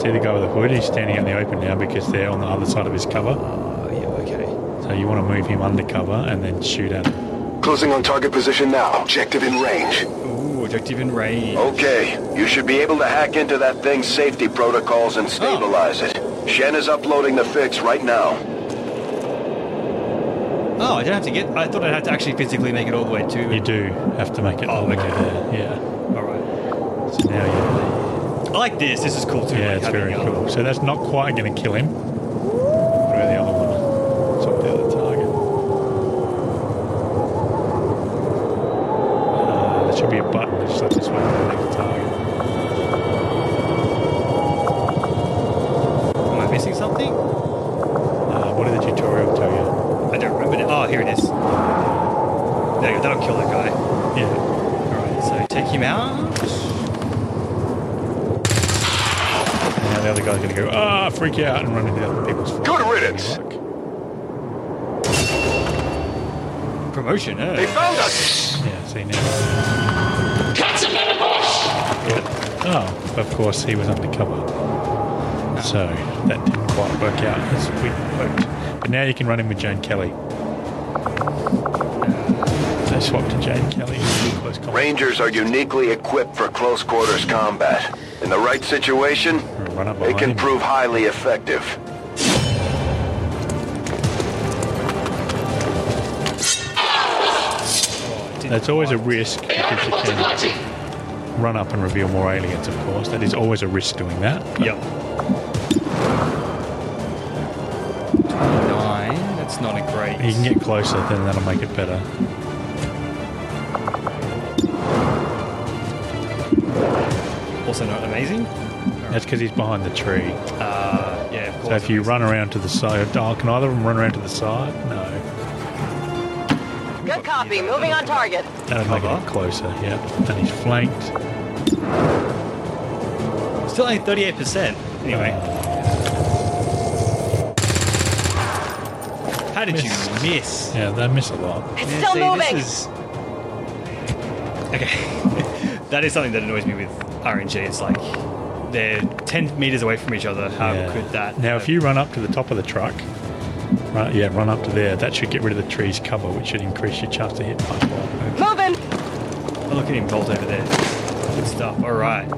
Speaker 2: See the guy with the hood? He's standing out in the open now because they're on the other side of his cover.
Speaker 1: Oh, yeah, okay.
Speaker 2: So you want to move him undercover and then shoot at him.
Speaker 4: Closing on target position now. Objective in range.
Speaker 1: Ooh, objective in range.
Speaker 4: Okay, you should be able to hack into that thing's safety protocols and stabilize it. Shen is uploading the fix right now.
Speaker 1: Oh, I don't have to get. I thought I'd have to actually physically make it all the way to.
Speaker 2: You do have to make it
Speaker 1: Oh,
Speaker 2: all the way
Speaker 1: okay.
Speaker 2: there. Yeah.
Speaker 1: All right.
Speaker 2: So now you.
Speaker 1: I like this. This is cool too.
Speaker 2: Yeah,
Speaker 1: like
Speaker 2: it's
Speaker 1: having uh, a-
Speaker 2: very cool. So that's not quite going to kill him. What about the other one? It's up there, the target. Uh, there should be a button that just lets us wait for the next target.
Speaker 1: Am I missing something?
Speaker 2: Uh, what did the tutorial tell you?
Speaker 1: I don't remember. It. Oh, here it is. There you go. That'll kill that guy.
Speaker 2: Yeah.
Speaker 1: All right. So take him out.
Speaker 2: And now the other guy's going to go, ah, freak out, and run into the other people's
Speaker 4: Good riddance.
Speaker 2: Fuck.
Speaker 1: Promotion. eh?
Speaker 4: They found us.
Speaker 2: Yeah, see now. Oh, of course, he was undercover. So that didn't quite work out as we hoped. But now you can run in with Jane Kelly. They swapped to Jane Kelly. Close combat.
Speaker 4: Rangers are uniquely equipped for close quarters combat. In the right situation,
Speaker 2: Run up
Speaker 4: they
Speaker 2: behind
Speaker 4: can
Speaker 2: him.
Speaker 4: prove highly effective.
Speaker 2: That's always a risk because you can run up and reveal more aliens, of course. That is always a risk doing that.
Speaker 1: Yep. Nine. That's not a great.
Speaker 2: You can get closer, then that'll make it better.
Speaker 1: Also not amazing.
Speaker 2: That's because he's behind the tree.
Speaker 1: Uh, yeah. Of course,
Speaker 2: So if you
Speaker 1: it
Speaker 2: run around to the side, oh, can either of them run around to the side? No.
Speaker 5: Good copy. Moving on target.
Speaker 2: That'll make it
Speaker 1: Cover.
Speaker 2: closer, yeah. And he's flanked.
Speaker 1: was still only thirty-eight percent. Anyway. How did
Speaker 2: Missed.
Speaker 1: you miss?
Speaker 2: Yeah, they miss a lot.
Speaker 5: It's
Speaker 1: Yeah,
Speaker 5: still
Speaker 1: see,
Speaker 5: moving.
Speaker 1: This is... Okay, that is something that annoys me with RNG. It's like they're ten meters away from each other. How
Speaker 2: Yeah.
Speaker 1: could that?
Speaker 2: Um, Now, if you run up to the top of the truck, right, yeah, run up to there, that should get rid of the tree's cover, which should increase your chance to hit much more.
Speaker 5: Moving.
Speaker 1: Oh, look at him bolt over there. Good stuff. All right.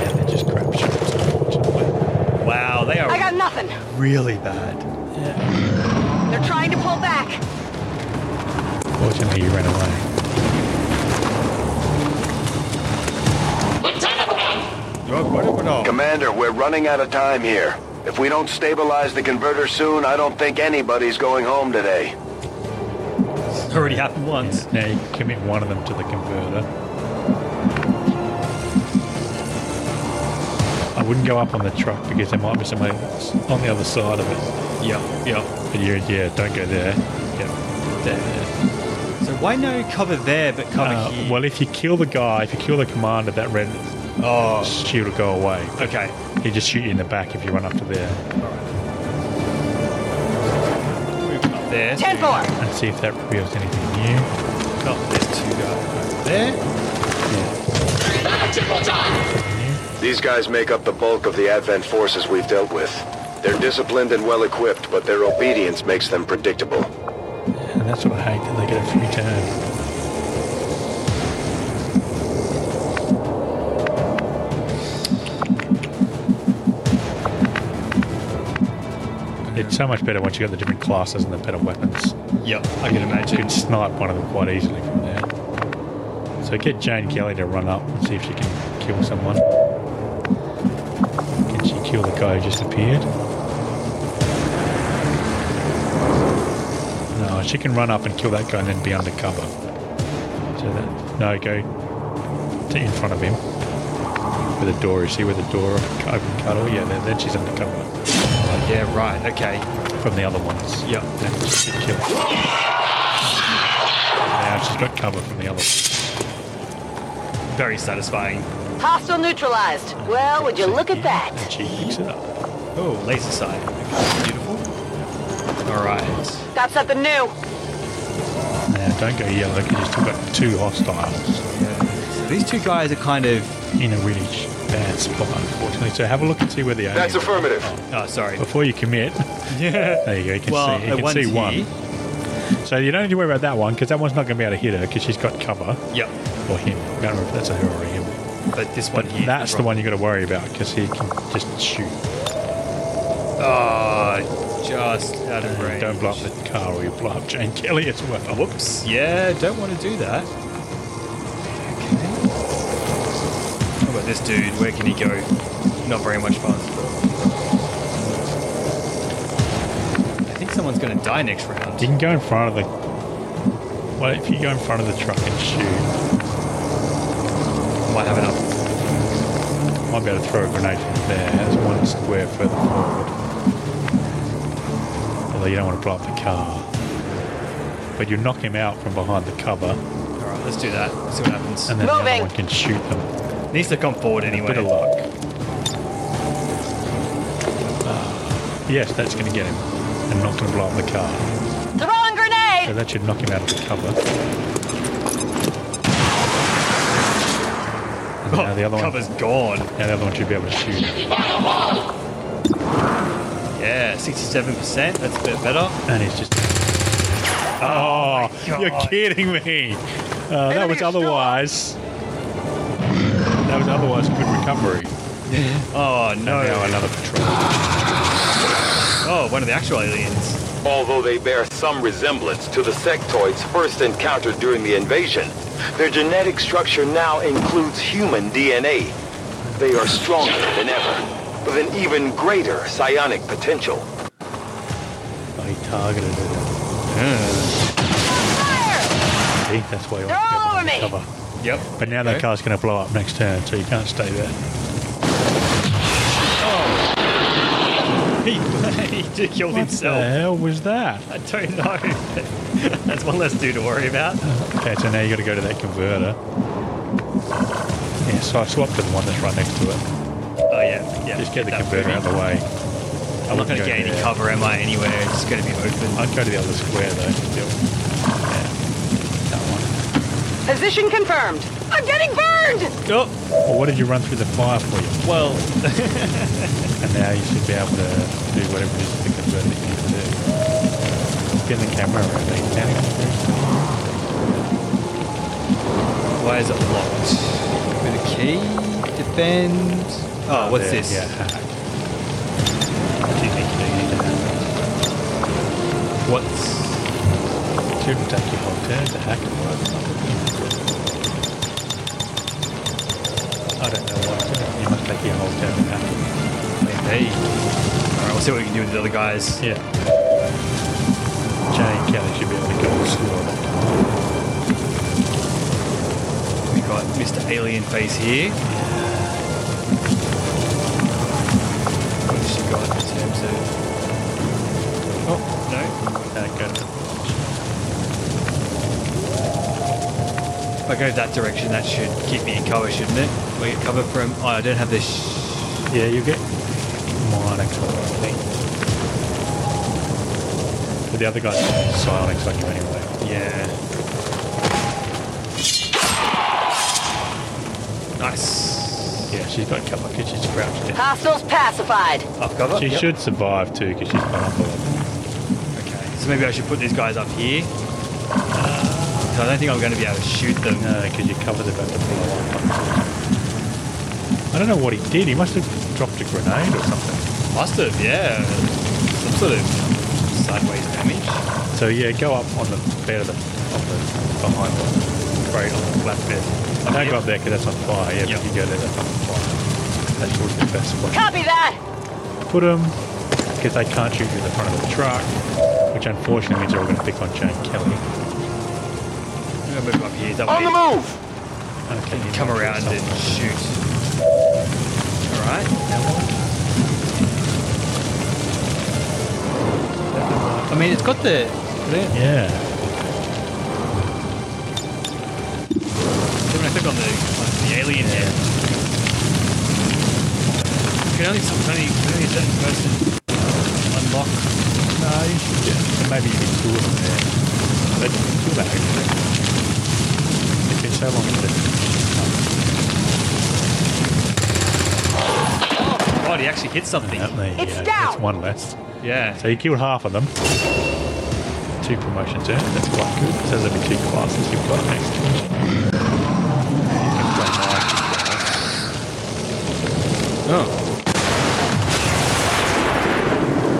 Speaker 2: Yeah, they're just crap shots, unfortunately.
Speaker 1: Wow, they are
Speaker 5: I got nothing.
Speaker 1: really bad.
Speaker 5: They're trying to pull back.
Speaker 2: Fortunately, you ran away.
Speaker 4: Commander, we're running out of time here. If we don't stabilize the converter soon, I don't think anybody's going home today.
Speaker 1: It's already happened once.
Speaker 2: Now you can commit one of them to the converter. I wouldn't go up on the truck because there might be somebody that's on the other side of it.
Speaker 1: Yeah, yeah.
Speaker 2: But you yeah, don't go there. Yeah, there.
Speaker 1: So why no cover there but cover
Speaker 2: Uh,
Speaker 1: here?
Speaker 2: well, if you kill the guy, if you kill the commander, that red
Speaker 1: oh,
Speaker 2: shield will go away.
Speaker 1: okay.
Speaker 2: He just shoot you in the back if you run up to there
Speaker 1: Moving up there.
Speaker 5: 10 4.
Speaker 2: and see if that reveals anything new.
Speaker 1: Oh, there's two guys over there.
Speaker 4: These guys make up the bulk of the Advent forces we've dealt with. They're disciplined and well equipped, but their obedience makes them predictable.
Speaker 2: And that's what I hate that they get a free turn. It's so much better once you got the different classes and the better weapons.
Speaker 1: Yep, I can
Speaker 2: You
Speaker 1: imagine.
Speaker 2: could snipe one of them quite easily from there. So get Jane Kelly to run up and see if she can kill someone. Can she kill the guy who just appeared? No, she can run up and kill that guy and then be undercover. So that no, go to in front of him with a door. You see where the door open cuddle? Yeah, then, then she's undercover
Speaker 1: Oh, yeah, right. Okay.
Speaker 2: from the other ones.
Speaker 1: Yep.
Speaker 2: Then just get killed. Now she's got cover from the other one.
Speaker 1: Very satisfying.
Speaker 5: Hostile neutralized. Well, would you look at
Speaker 2: And
Speaker 5: that?
Speaker 2: she picks it up.
Speaker 1: Oh, laser sight. Okay, beautiful. All right.
Speaker 5: Got something new.
Speaker 2: Now don't go yellow because you've still got two hostiles
Speaker 1: So these two guys are kind of.
Speaker 2: in a really bad spot, unfortunately. So have a look and see where the alien
Speaker 4: That's affirmative.
Speaker 1: Oh, sorry.
Speaker 2: Before you commit,
Speaker 1: Yeah.
Speaker 2: there you go. You can
Speaker 1: Well,
Speaker 2: see, you
Speaker 1: uh,
Speaker 2: can
Speaker 1: one's
Speaker 2: see one.
Speaker 1: here.
Speaker 2: So you don't need to worry about that one because that one's not going to be able to hit her because she's got cover
Speaker 1: Yep.
Speaker 2: or him. I don't remember if that's a her or a him.
Speaker 1: But this one
Speaker 2: But
Speaker 1: here.
Speaker 2: that's the one you got to worry about because he can just shoot.
Speaker 1: Oh, just out of range.
Speaker 2: Don't blow up the car or you blow up Jane Kelly as well.
Speaker 1: Whoops. Yeah, don't want to do that. like this dude, where can he go? Not very much fun. I think someone's going to die next round.
Speaker 2: You can go in front of the. Well, if you go in front of the truck and shoot,
Speaker 1: Might have it up.
Speaker 2: I might be able to throw a grenade from there. That's one square further forward. Although you don't want to blow up the car. But you knock him out from behind the cover,
Speaker 1: All right, let's do that. See what happens.
Speaker 2: and then the
Speaker 5: Moving.
Speaker 2: other one can shoot them.
Speaker 1: Needs to come forward
Speaker 2: A
Speaker 1: anyway.
Speaker 2: bit of luck. Ah, yes, that's going to get him, and not going to blow up the car. So
Speaker 5: Throwing grenade!
Speaker 2: that should knock him out of the cover. And now the other one.
Speaker 1: Oh, cover's gone.
Speaker 2: Now the other one should be able to shoot,
Speaker 1: Yeah, 67%. That's a bit better.
Speaker 2: and he's just. Oh, you're kidding me! Uh, that was otherwise. That was otherwise good recovery.
Speaker 1: Oh,
Speaker 2: And now
Speaker 1: no.
Speaker 2: another patrol.
Speaker 1: Oh, one of the actual aliens.
Speaker 4: Although they bear some resemblance to the sectoids first encountered during the invasion, their genetic structure now includes human DNA. They are stronger than ever, with an even greater psionic potential.
Speaker 2: Oh, he targeted it.
Speaker 5: Fire!
Speaker 2: See, that's why you
Speaker 5: They're all
Speaker 2: want to
Speaker 5: over
Speaker 2: get
Speaker 5: me.
Speaker 2: behind the cover.
Speaker 1: Yep.
Speaker 2: But now that car's going to blow up next turn, so you can't stay there.
Speaker 1: He, he just killed
Speaker 2: What the
Speaker 1: himself.
Speaker 2: hell was that?
Speaker 1: I don't know. That's one less dude to worry about.
Speaker 2: Okay, so now you got to go to that converter. Yeah, so I swapped to the one that's right next to it.
Speaker 1: Oh, yeah. yeah.
Speaker 2: Just get the
Speaker 1: that
Speaker 2: converter out of the way.
Speaker 1: I'm not going to get any cover, am I, anywhere? It's just going to be open.
Speaker 2: I'd go to the other square though. Still.
Speaker 5: Position confirmed. I'm getting burned!
Speaker 1: Oh,
Speaker 2: Well, what did you run through the fire for? You?
Speaker 1: well,
Speaker 2: And now you should be able to do whatever it is the converter can do. Get the camera around eh? there. Can it?
Speaker 1: why is it locked?
Speaker 6: With a key, defend.
Speaker 1: Oh, what's
Speaker 2: There,
Speaker 1: this?
Speaker 2: Yeah. uh, What do you think you do? You need to hack.
Speaker 1: What's.
Speaker 2: it. Shouldn't take you long turn to hack it. I don't know why. You must take your whole turn to hack it.
Speaker 1: Hey. All right, we'll see what we can do with the other guys.
Speaker 2: Yeah. Jane Kelly should be able to go to school.
Speaker 1: We got Mr. Alien Face here. What has she got in terms of? Oh
Speaker 2: Uh, go to-
Speaker 1: no! If I go that direction, that should keep me in cover, shouldn't it? We get cover from. Oh, I don't have this. Sh-
Speaker 2: Yeah, you get minor color, I think. But the other guy's psionics on you anyway.
Speaker 1: yeah. Nice.
Speaker 2: Yeah, she's got cover because she's crouched down.
Speaker 5: Hostiles pacified.
Speaker 1: Up cover.
Speaker 2: She
Speaker 1: Yep.
Speaker 2: should survive too because she's vulnerable.
Speaker 1: Okay. So maybe I should put these guys up here. Uh, so I don't think I'm going to be able to shoot them.
Speaker 2: No, because your cover's about to blow up. I don't know what he did. He must have dropped a grenade or something.
Speaker 1: Must have, yeah. Some sort of sideways damage.
Speaker 2: So yeah, go up on the bed of the, on the behind one.
Speaker 1: Right on the flatbed.
Speaker 2: I don't go up there because that's on fire. Yeah,
Speaker 1: Yep.
Speaker 2: but you go there, that's on fire. That's always the best way.
Speaker 5: Copy that!
Speaker 2: Put them because they can't shoot you in the front of the truck, which unfortunately means they're all going to pick on Jane Kelly.
Speaker 1: I'm gonna move up here. That
Speaker 4: On
Speaker 1: way
Speaker 4: the move!
Speaker 2: Okay,
Speaker 1: you
Speaker 2: you
Speaker 1: can come
Speaker 2: might do
Speaker 1: around and
Speaker 2: something.
Speaker 1: shoot. Alright. I mean, it's got the. I
Speaker 2: Yeah,
Speaker 1: mean, I click on the, on the alien here. Can only, can only, can only a certain person unlock.
Speaker 2: no, Uh, you should just, maybe you can kill them there. They can kill that actually. It's been so long since.
Speaker 1: Oh, he actually hit something.
Speaker 2: That there you
Speaker 5: It's
Speaker 2: go.
Speaker 5: down.
Speaker 2: That's one less.
Speaker 1: Yeah.
Speaker 2: So you killed half of them. Two promotions in. That's quite good. So there'll be two classes you've got next. You can play knives
Speaker 1: Oh.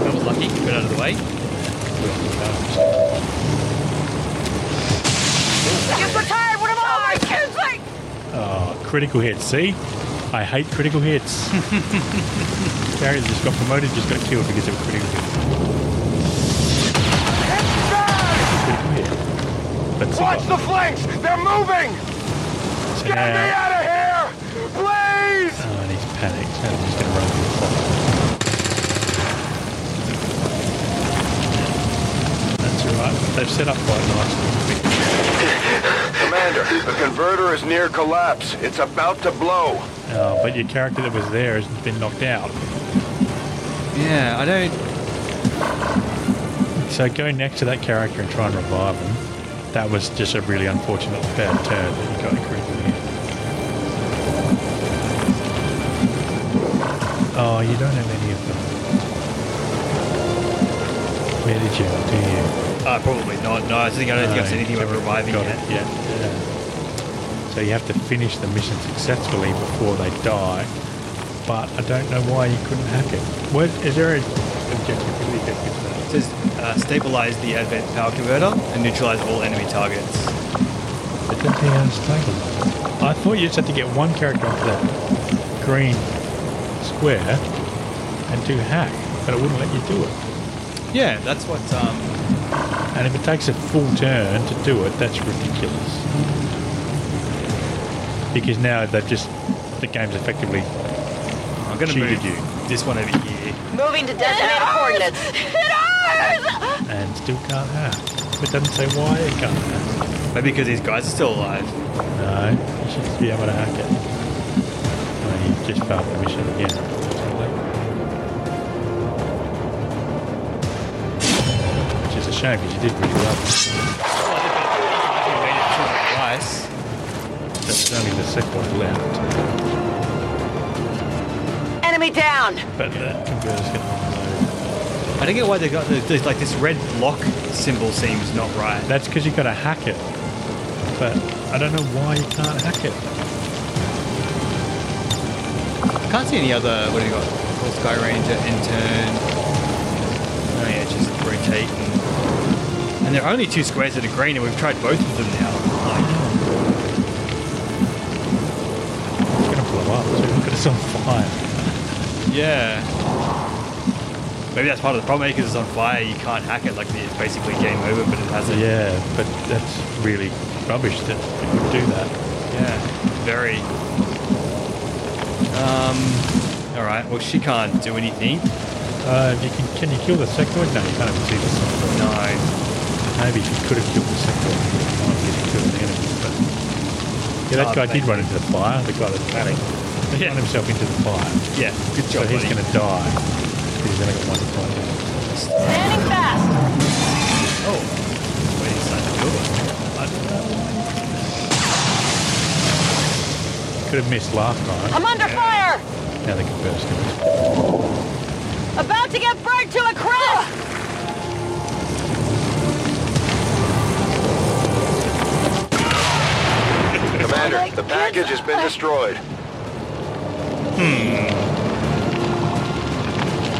Speaker 1: That was lucky. Got out of the way.
Speaker 2: as well.
Speaker 5: Just retired one of ours! Excuse me!
Speaker 2: Oh, critical hit. See, I hate critical hits. Barry that just got promoted, just got killed because of a critical hit. Critical hit. But
Speaker 4: Watch
Speaker 2: survived.
Speaker 4: the flanks! They're moving!
Speaker 2: So
Speaker 4: Get me
Speaker 2: now-
Speaker 4: out of here! Please!
Speaker 2: Oh, and he's panicked. And he's going to run for the top. That's all right. They've set up quite nicely.
Speaker 4: Commander, the converter is near collapse. It's about to blow.
Speaker 2: Oh, but your character that was there has been knocked out.
Speaker 6: Yeah, I don't.
Speaker 2: So go next to that character and try and revive him. That was just a really unfortunate bad turn that you got a critical hit. Oh, you don't have any of them. Medigel, do you?
Speaker 1: Uh, probably not. No, I think I don't think I've seen anything about reviving
Speaker 2: got
Speaker 1: yet.
Speaker 2: it. Yeah, yeah. So you have to finish the mission successfully before they die. But I don't know why you couldn't hack it. What is there a objective? really objective to that?
Speaker 1: It says uh, stabilize the advent power converter and neutralize all enemy targets.
Speaker 2: I don't think I understand. I thought you just had to get one character onto that green square and do hack, but it wouldn't let you do it.
Speaker 1: Yeah, that's what. Um,
Speaker 2: And if it takes a full turn to do it, that's ridiculous. Because now they've just the game's effectively
Speaker 1: I'm going to
Speaker 2: Cheated
Speaker 1: move
Speaker 2: you.
Speaker 1: this one over here.
Speaker 5: Moving to designated coordinates.
Speaker 2: and still can't hack. But it doesn't say why it can't hack.
Speaker 1: Maybe because these guys are still alive.
Speaker 2: No, you should be able to hack it. Well, you just failed the mission again. Which is a shame because you did really well.
Speaker 1: Twice.
Speaker 2: That's only the second one left.
Speaker 5: Enemy down.
Speaker 2: But that converter's going to unload.
Speaker 1: I don't get why they got the, the, like this red block symbol seems not right.
Speaker 2: That's because you got to hack it. But I don't know why you can't hack it.
Speaker 1: I can't see any other. What do you got? Full Sky Ranger and turn. Oh yeah, just rotate. And, and there are only two squares that are green, and we've tried both of them now.
Speaker 2: It's going to blow up. So look at it's on fire.
Speaker 1: Like, yeah. Maybe that's part of the problem because it's on fire. You can't hack it. Like it's basically game over, but it has a
Speaker 2: Yeah, but that's really rubbish that it would do that.
Speaker 1: Yeah, very. Um, all right. Well, she can't do anything.
Speaker 2: Uh, you can, can you kill the second one? No, you can't even see the second one.
Speaker 1: No.
Speaker 2: Maybe you could have killed the second one. You might have killed an enemy, but... Yeah, that
Speaker 1: Oh,
Speaker 2: guy
Speaker 1: thank
Speaker 2: did run into the fire, the guy that panicked. He
Speaker 1: Yeah.
Speaker 2: ran himself into the fire.
Speaker 1: Yeah. Good
Speaker 2: So
Speaker 1: job,
Speaker 2: he's
Speaker 1: buddy.
Speaker 2: going to die. He's only got one point left.
Speaker 5: Standing fast.
Speaker 1: Oh. Wait, it's not good. I don't know.
Speaker 2: Could have missed last time.
Speaker 5: I'm under fire.
Speaker 2: Now they can burst him.
Speaker 5: About to get burned to a crisp.
Speaker 4: Commander, the package has been destroyed.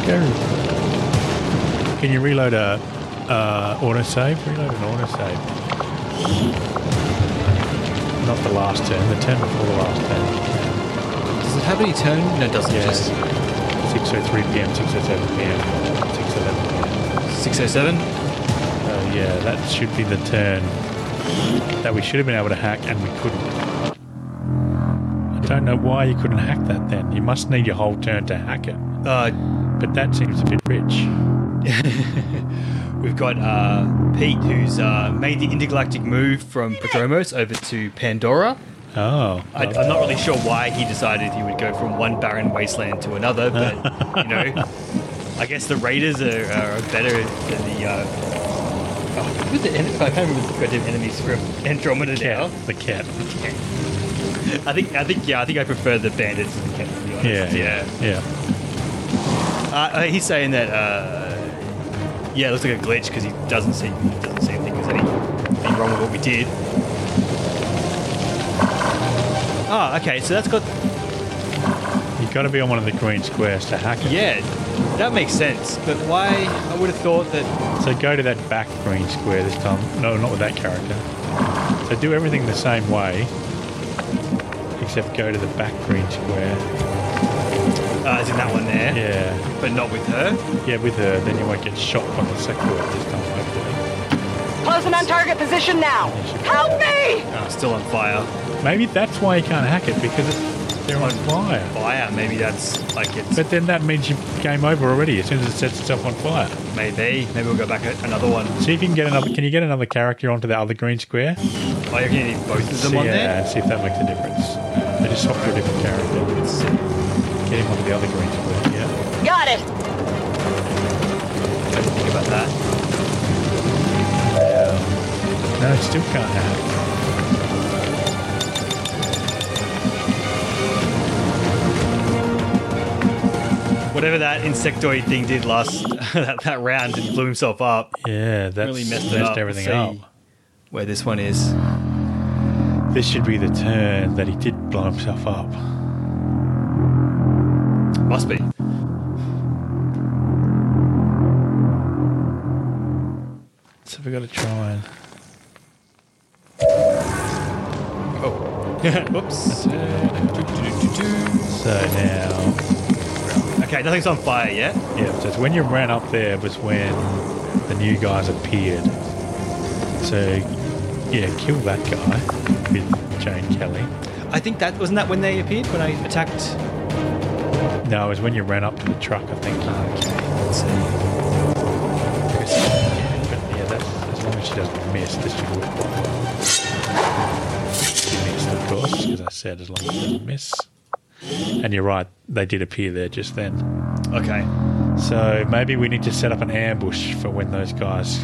Speaker 2: Go. Can you reload a uh, autosave? Reload an autosave. Not the last turn, the turn before the last turn.
Speaker 6: Does it have any turn? No, it doesn't.
Speaker 2: Yeah.
Speaker 6: Just
Speaker 2: 6.03 p.m., 6.07 p.m., oh 6.11 p.m.
Speaker 1: Six oh seven.
Speaker 2: Uh, yeah, that should be the turn that we should have been able to hack and we couldn't. I don't know why you couldn't hack that then. You must need your whole turn to hack it.
Speaker 1: Uh,
Speaker 2: But that seems a bit rich.
Speaker 1: we've got uh Pete, who's uh made the intergalactic move from Podromos over to Pandora.
Speaker 2: Oh.
Speaker 1: I, I'm not really sure why he decided he would go from one barren wasteland to another, but you know, I guess the Raiders are, are better than the. Uh, oh, who's the en- I can't remember the goddamn enemies from Andromeda
Speaker 2: cat.
Speaker 1: now.
Speaker 2: The cat.
Speaker 1: I think I think yeah, I think I prefer the bandits to the cats. To be
Speaker 2: Yeah.
Speaker 1: honest.
Speaker 2: Yeah. Yeah.
Speaker 1: Uh, uh, he's saying that. Uh, yeah, it looks like a glitch because he doesn't see doesn't see anything there's anything wrong with what we did. Ah, okay. So that's got
Speaker 2: you got to be on one of the green squares to hack it.
Speaker 1: Yeah, that makes sense. But why? I would have thought that.
Speaker 2: So go to that back green square this time. No, not with that character. So do everything the same way. except go to the back green square.
Speaker 1: Uh, is in that one there,
Speaker 2: Yeah,
Speaker 1: but not with her.
Speaker 2: yeah, with her, then you won't get shot from the sector this time. Hopefully.
Speaker 5: Closing on target position now. Help me!
Speaker 1: Uh, still on fire.
Speaker 2: Maybe that's why you can't hack it because it's, they're on fire.
Speaker 1: Fire. Maybe that's like it's
Speaker 2: But then that means you game over already as soon as it sets itself on fire.
Speaker 1: maybe. Maybe we'll go back at another one.
Speaker 2: See if you can get another. Can you get another character onto the other green square?
Speaker 1: Oh, you can need both of them
Speaker 2: See,
Speaker 1: on
Speaker 2: yeah,
Speaker 1: there.
Speaker 2: and see if that makes a difference. They just swap to a different character. Get him onto the other green square. Yeah.
Speaker 5: Got it.
Speaker 1: Don't think about that.
Speaker 2: No, still can't hack.
Speaker 1: Whatever that insectoid thing did last that, that round and blew himself up.
Speaker 2: Yeah, that's
Speaker 1: Really messed it up.
Speaker 2: everything
Speaker 1: Let's see
Speaker 2: up.
Speaker 1: Where this one is.
Speaker 2: This should be the turn that he did blow himself up.
Speaker 1: Must be.
Speaker 2: So we got to try and.
Speaker 1: Oh. Whoops.
Speaker 2: So now,
Speaker 1: Okay, nothing's on fire yet.
Speaker 2: yeah. So it's when you ran up there was when the new guys appeared. So yeah, kill that guy with Jane Kelly.
Speaker 1: I think that wasn't that when they appeared when I attacked.
Speaker 2: No, it was when you ran up to the truck. I think.
Speaker 1: Let's see.
Speaker 2: But yeah, that's, as long as she doesn't miss, this should work quite well. She missed, of course, because I said as long as she doesn't miss. And you're right, they did appear there just then.
Speaker 1: Okay.
Speaker 2: So maybe we need to set up an ambush for when those guys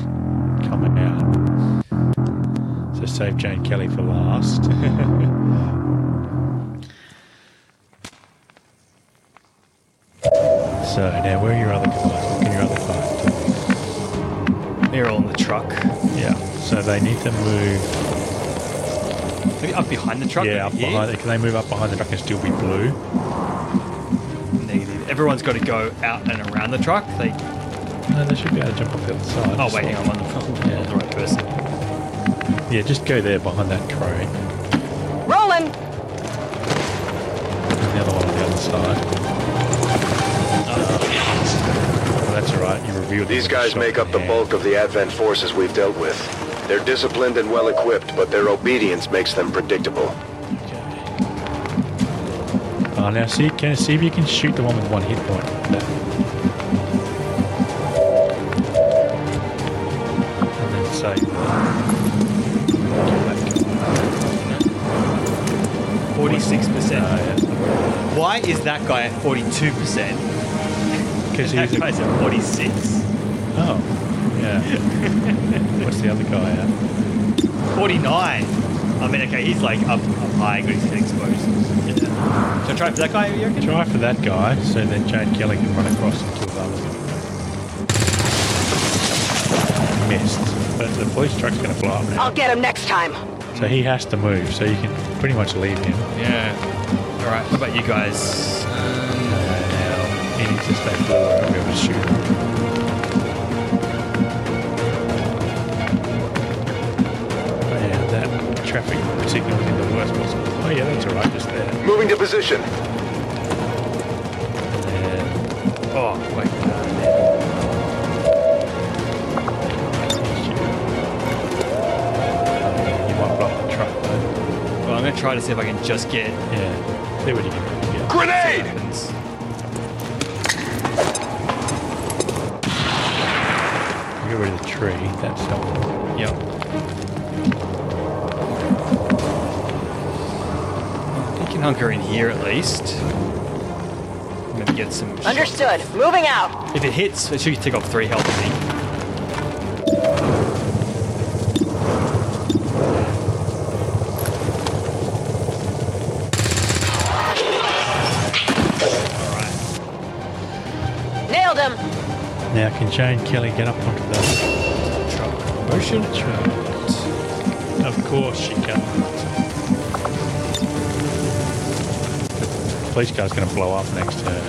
Speaker 2: come out. So save Jane Kelly for last. so now, where are your other guys? Look at your other guys.
Speaker 1: They're all in the truck.
Speaker 2: Yeah. So they need to move.
Speaker 1: Maybe up behind the truck.
Speaker 2: yeah, up
Speaker 1: maybe here.
Speaker 2: behind. Can they move up behind the truck and still be blue?
Speaker 1: Negative. Everyone's got to go out and around the truck. They.
Speaker 2: No, they should be able to jump off the other side.
Speaker 1: Oh wait, hang on. I'm on the,
Speaker 2: Yeah.
Speaker 1: not the right person.
Speaker 2: Yeah, just go there behind that crow.
Speaker 5: Rolling.
Speaker 2: And the other one on the other side. Well, that's all right. You revealed
Speaker 4: These guys make up the bulk of the Advent forces we've dealt with. They're disciplined and well equipped, but their obedience makes them predictable.
Speaker 2: Oh, Uh, now see, can see if you can shoot the one with one hit point. No. And then save. Kill that guy.
Speaker 1: Forty-six percent.
Speaker 2: Because
Speaker 1: Why is that guy at forty-two percent? That
Speaker 2: he's a,
Speaker 1: guy's at forty-six.
Speaker 2: oh yeah. What's the other guy at?
Speaker 1: 49. I mean, okay, he's like up, up high, but he's getting exposed. Yeah. So try for that guy, you reckon?
Speaker 2: Try for that guy, so then Jane Kelly can run across and kill the other guy. Missed, but the police truck's going to blow up now,
Speaker 5: I'll get him next time.
Speaker 2: so he has to move. So you can pretty much leave him.
Speaker 1: Yeah. All right. What about you guys?
Speaker 2: Now he needs to stay forward and be able to shoot. Him. Oh, yeah, that Traffic signal was in the worst possible. Oh yeah, that's alright, just there.
Speaker 4: Moving to position.
Speaker 2: And
Speaker 1: Oh, wait.
Speaker 2: You might block the truck though.
Speaker 1: Well, I'm gonna try to see if I can just get
Speaker 2: Yeah. See what you can do. Yeah.
Speaker 4: Grenade!
Speaker 1: weapons.
Speaker 2: Get rid of the tree. That's helpful.
Speaker 1: Yep. You can hunker in here at least. Maybe get some. shots.
Speaker 5: Understood. Moving out.
Speaker 1: If it hits, it should take off three health. I think.
Speaker 5: Nailed him.
Speaker 2: Now can Jane Kelly get up onto the
Speaker 1: Truck. Motion truck.
Speaker 2: Of course she can. Police car's gonna blow up next to her.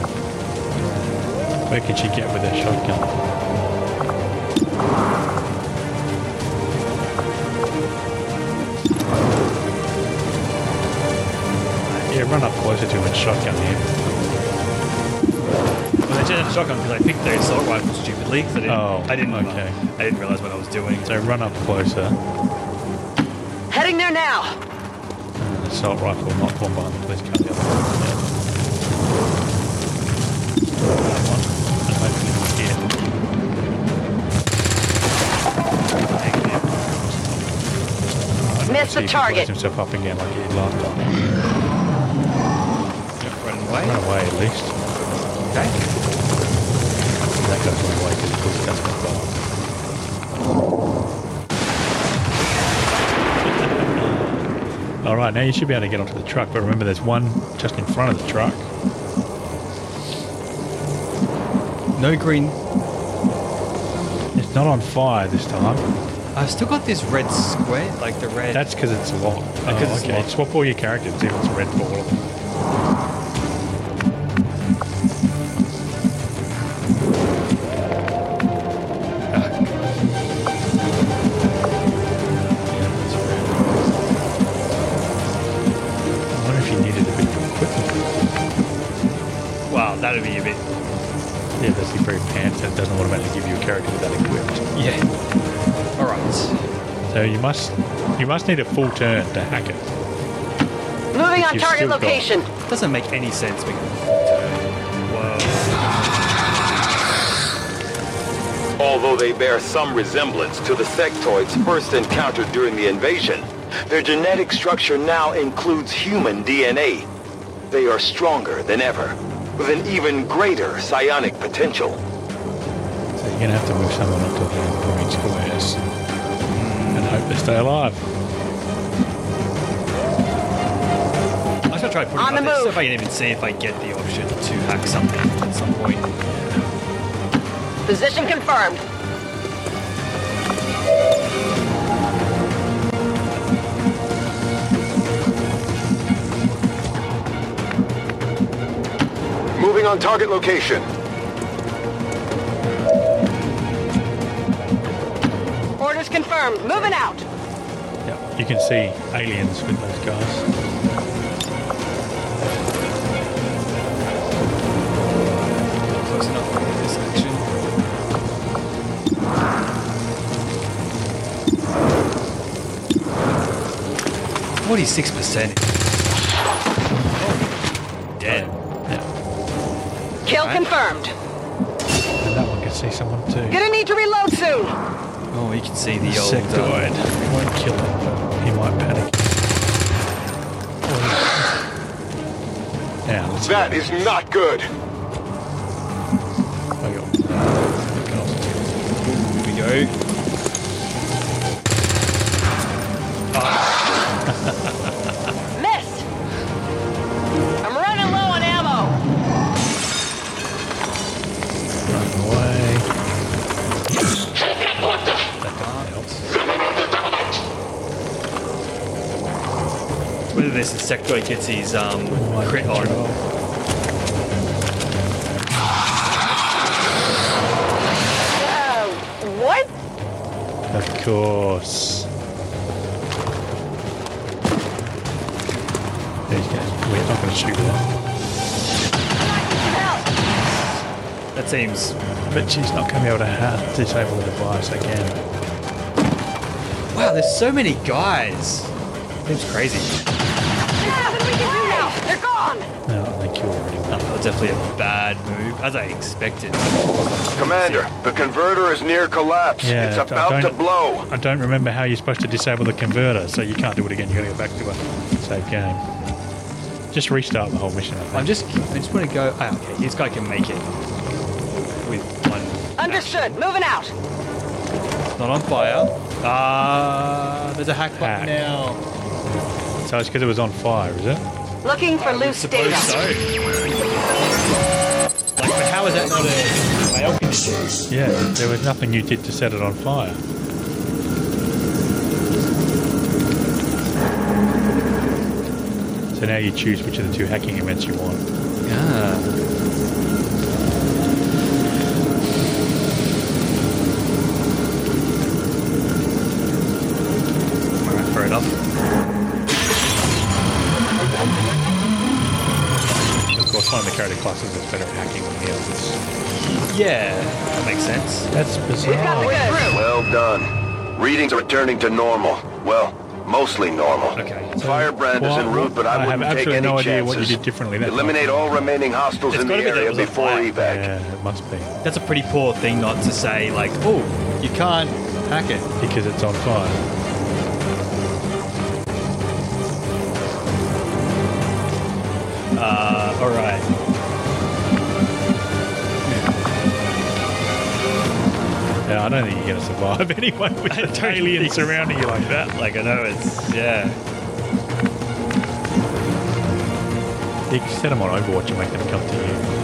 Speaker 2: Where can she get with her shotgun?
Speaker 1: I
Speaker 2: run up closer to him and shotgun him.
Speaker 1: Well, I did have a shotgun because I picked the assault rifle stupidly. 'cause I didn't,
Speaker 2: Oh,
Speaker 1: I didn't,
Speaker 2: okay.
Speaker 1: I didn't realize what I was doing.
Speaker 2: So run up closer.
Speaker 5: Heading there now.
Speaker 2: Assault rifle, not bombard. Please cut the other one. Yeah. That one. And hopefully we'll get Negative.
Speaker 5: Missed
Speaker 2: See if he
Speaker 5: the
Speaker 2: blows
Speaker 5: target.
Speaker 2: himself up again like he did last time.
Speaker 1: Running away.
Speaker 2: Run away at least. Okay. That goes one way because he that's my bomb. All right, now you should be able to get onto the truck, but remember there's one just in front of the truck.
Speaker 6: No green.
Speaker 2: It's not on fire this time.
Speaker 6: I've still got this red square, like the red.
Speaker 2: That's because it's locked. Oh,
Speaker 6: Because it's
Speaker 2: okay.
Speaker 6: locked.
Speaker 2: Swap all your characters if it's red for all of them. Yeah, it's red. I wonder if you needed a bit of equipment.
Speaker 1: Wow, that'd be a bit.
Speaker 2: Yeah, that's the very pants that doesn't automatically give you a character without equipped.
Speaker 6: yeah. All right.
Speaker 2: So you must you must need a full turn to hack it.
Speaker 5: Moving on
Speaker 2: You've
Speaker 5: target
Speaker 2: still got-
Speaker 5: location.
Speaker 1: Doesn't make any sense. Because,
Speaker 4: Although they bear some resemblance to the sectoids first encountered during the invasion, their genetic structure now includes human DNA. They are stronger than ever, with an even greater psionic potential.
Speaker 2: So you're gonna have to move someone up to the green squares uh, and hope they stay alive.
Speaker 1: I should try putting
Speaker 5: On
Speaker 1: it like
Speaker 5: the
Speaker 1: this, see
Speaker 5: move.
Speaker 1: if I can even see if I get the option to hack something at some point.
Speaker 5: Position confirmed.
Speaker 4: Moving on target location.
Speaker 5: Orders confirmed. Moving out.
Speaker 2: Yeah. You can see aliens with those guys.
Speaker 6: Close enough for this action.
Speaker 1: Forty-six percent. Dead.
Speaker 2: Yeah.
Speaker 5: Kill confirmed.
Speaker 2: And that one can see someone too.
Speaker 5: Gonna need to reload soon.
Speaker 1: Oh, you can see the old. uh,
Speaker 2: Sectoid. He won't kill him, but he might panic. Oh, yeah. Now, let's see
Speaker 4: That
Speaker 2: what-
Speaker 4: is not good.
Speaker 2: I got- I got off.
Speaker 1: Here we go.
Speaker 5: Missed. I'm running low on ammo.
Speaker 2: Run away. That
Speaker 1: uh,
Speaker 2: doesn't help.
Speaker 1: Whether this is sectoid gets his um
Speaker 2: Might
Speaker 1: crit
Speaker 2: get you
Speaker 1: on.
Speaker 2: off.
Speaker 5: Uh, what?
Speaker 2: Of course. These guys, we're not going to shoot her.
Speaker 5: Out.
Speaker 1: That seems.
Speaker 2: But she's not going to be able to ha- disable the device again.
Speaker 1: Wow, there's so many guys. Seems crazy.
Speaker 5: Yeah, what do we can do now? They're gone.
Speaker 2: No, I think you already won.
Speaker 1: That was definitely a bad move, as I expected.
Speaker 4: Commander, the converter is near collapse.
Speaker 2: Yeah,
Speaker 4: it's
Speaker 2: I
Speaker 4: about to
Speaker 2: don't-
Speaker 4: blow.
Speaker 2: I don't remember how you're supposed to disable the converter, so you can't do it again. You've got to go back to a save game. Just restart the whole mission. I think.
Speaker 6: I'm just. I just want to go. Ah, okay.
Speaker 1: Okay, this guy can make it with one.
Speaker 5: Understood. Moving out.
Speaker 6: It's not on fire. Ah, there's a hack button
Speaker 2: Hack.
Speaker 6: now.
Speaker 2: So it's because it was on fire, is it?
Speaker 5: Looking for loose
Speaker 1: Suppose
Speaker 5: data.
Speaker 1: so. Like, but how is that not a fail condition?
Speaker 2: Yeah, there was nothing you did to set it on fire. So now you choose which of the two hacking events you want.
Speaker 1: Ah.
Speaker 6: Yeah.
Speaker 1: Alright, fair enough.
Speaker 2: classes that's better at hacking than the others.
Speaker 1: Yeah, that makes sense.
Speaker 2: That's bizarre.
Speaker 5: We're
Speaker 1: Oh,
Speaker 5: through.
Speaker 4: Well done. Readings are returning to normal. Well, mostly normal.
Speaker 1: Okay,
Speaker 4: Firebrand is
Speaker 2: well,
Speaker 4: en route, but I,
Speaker 2: I have
Speaker 4: wouldn't take
Speaker 2: absolutely
Speaker 4: any
Speaker 2: no idea
Speaker 4: chances.
Speaker 2: what you did differently that
Speaker 4: Eliminate all remaining hostiles
Speaker 1: It's
Speaker 4: in the
Speaker 1: gotta be that it
Speaker 4: area
Speaker 1: was a
Speaker 4: before
Speaker 1: fire.
Speaker 4: evac.
Speaker 2: Yeah, it must be
Speaker 1: That's a pretty poor thing not to say, like, oh, you can't hack it.
Speaker 2: because it's on fire.
Speaker 1: Uh, all right.
Speaker 2: Yeah, I don't think you're going to survive anyway with
Speaker 1: I
Speaker 2: an
Speaker 1: don't
Speaker 2: alien
Speaker 1: think so.
Speaker 2: surrounding you like that.
Speaker 1: Like, I know it's, yeah.
Speaker 2: You can set them on Overwatch and make them come to you.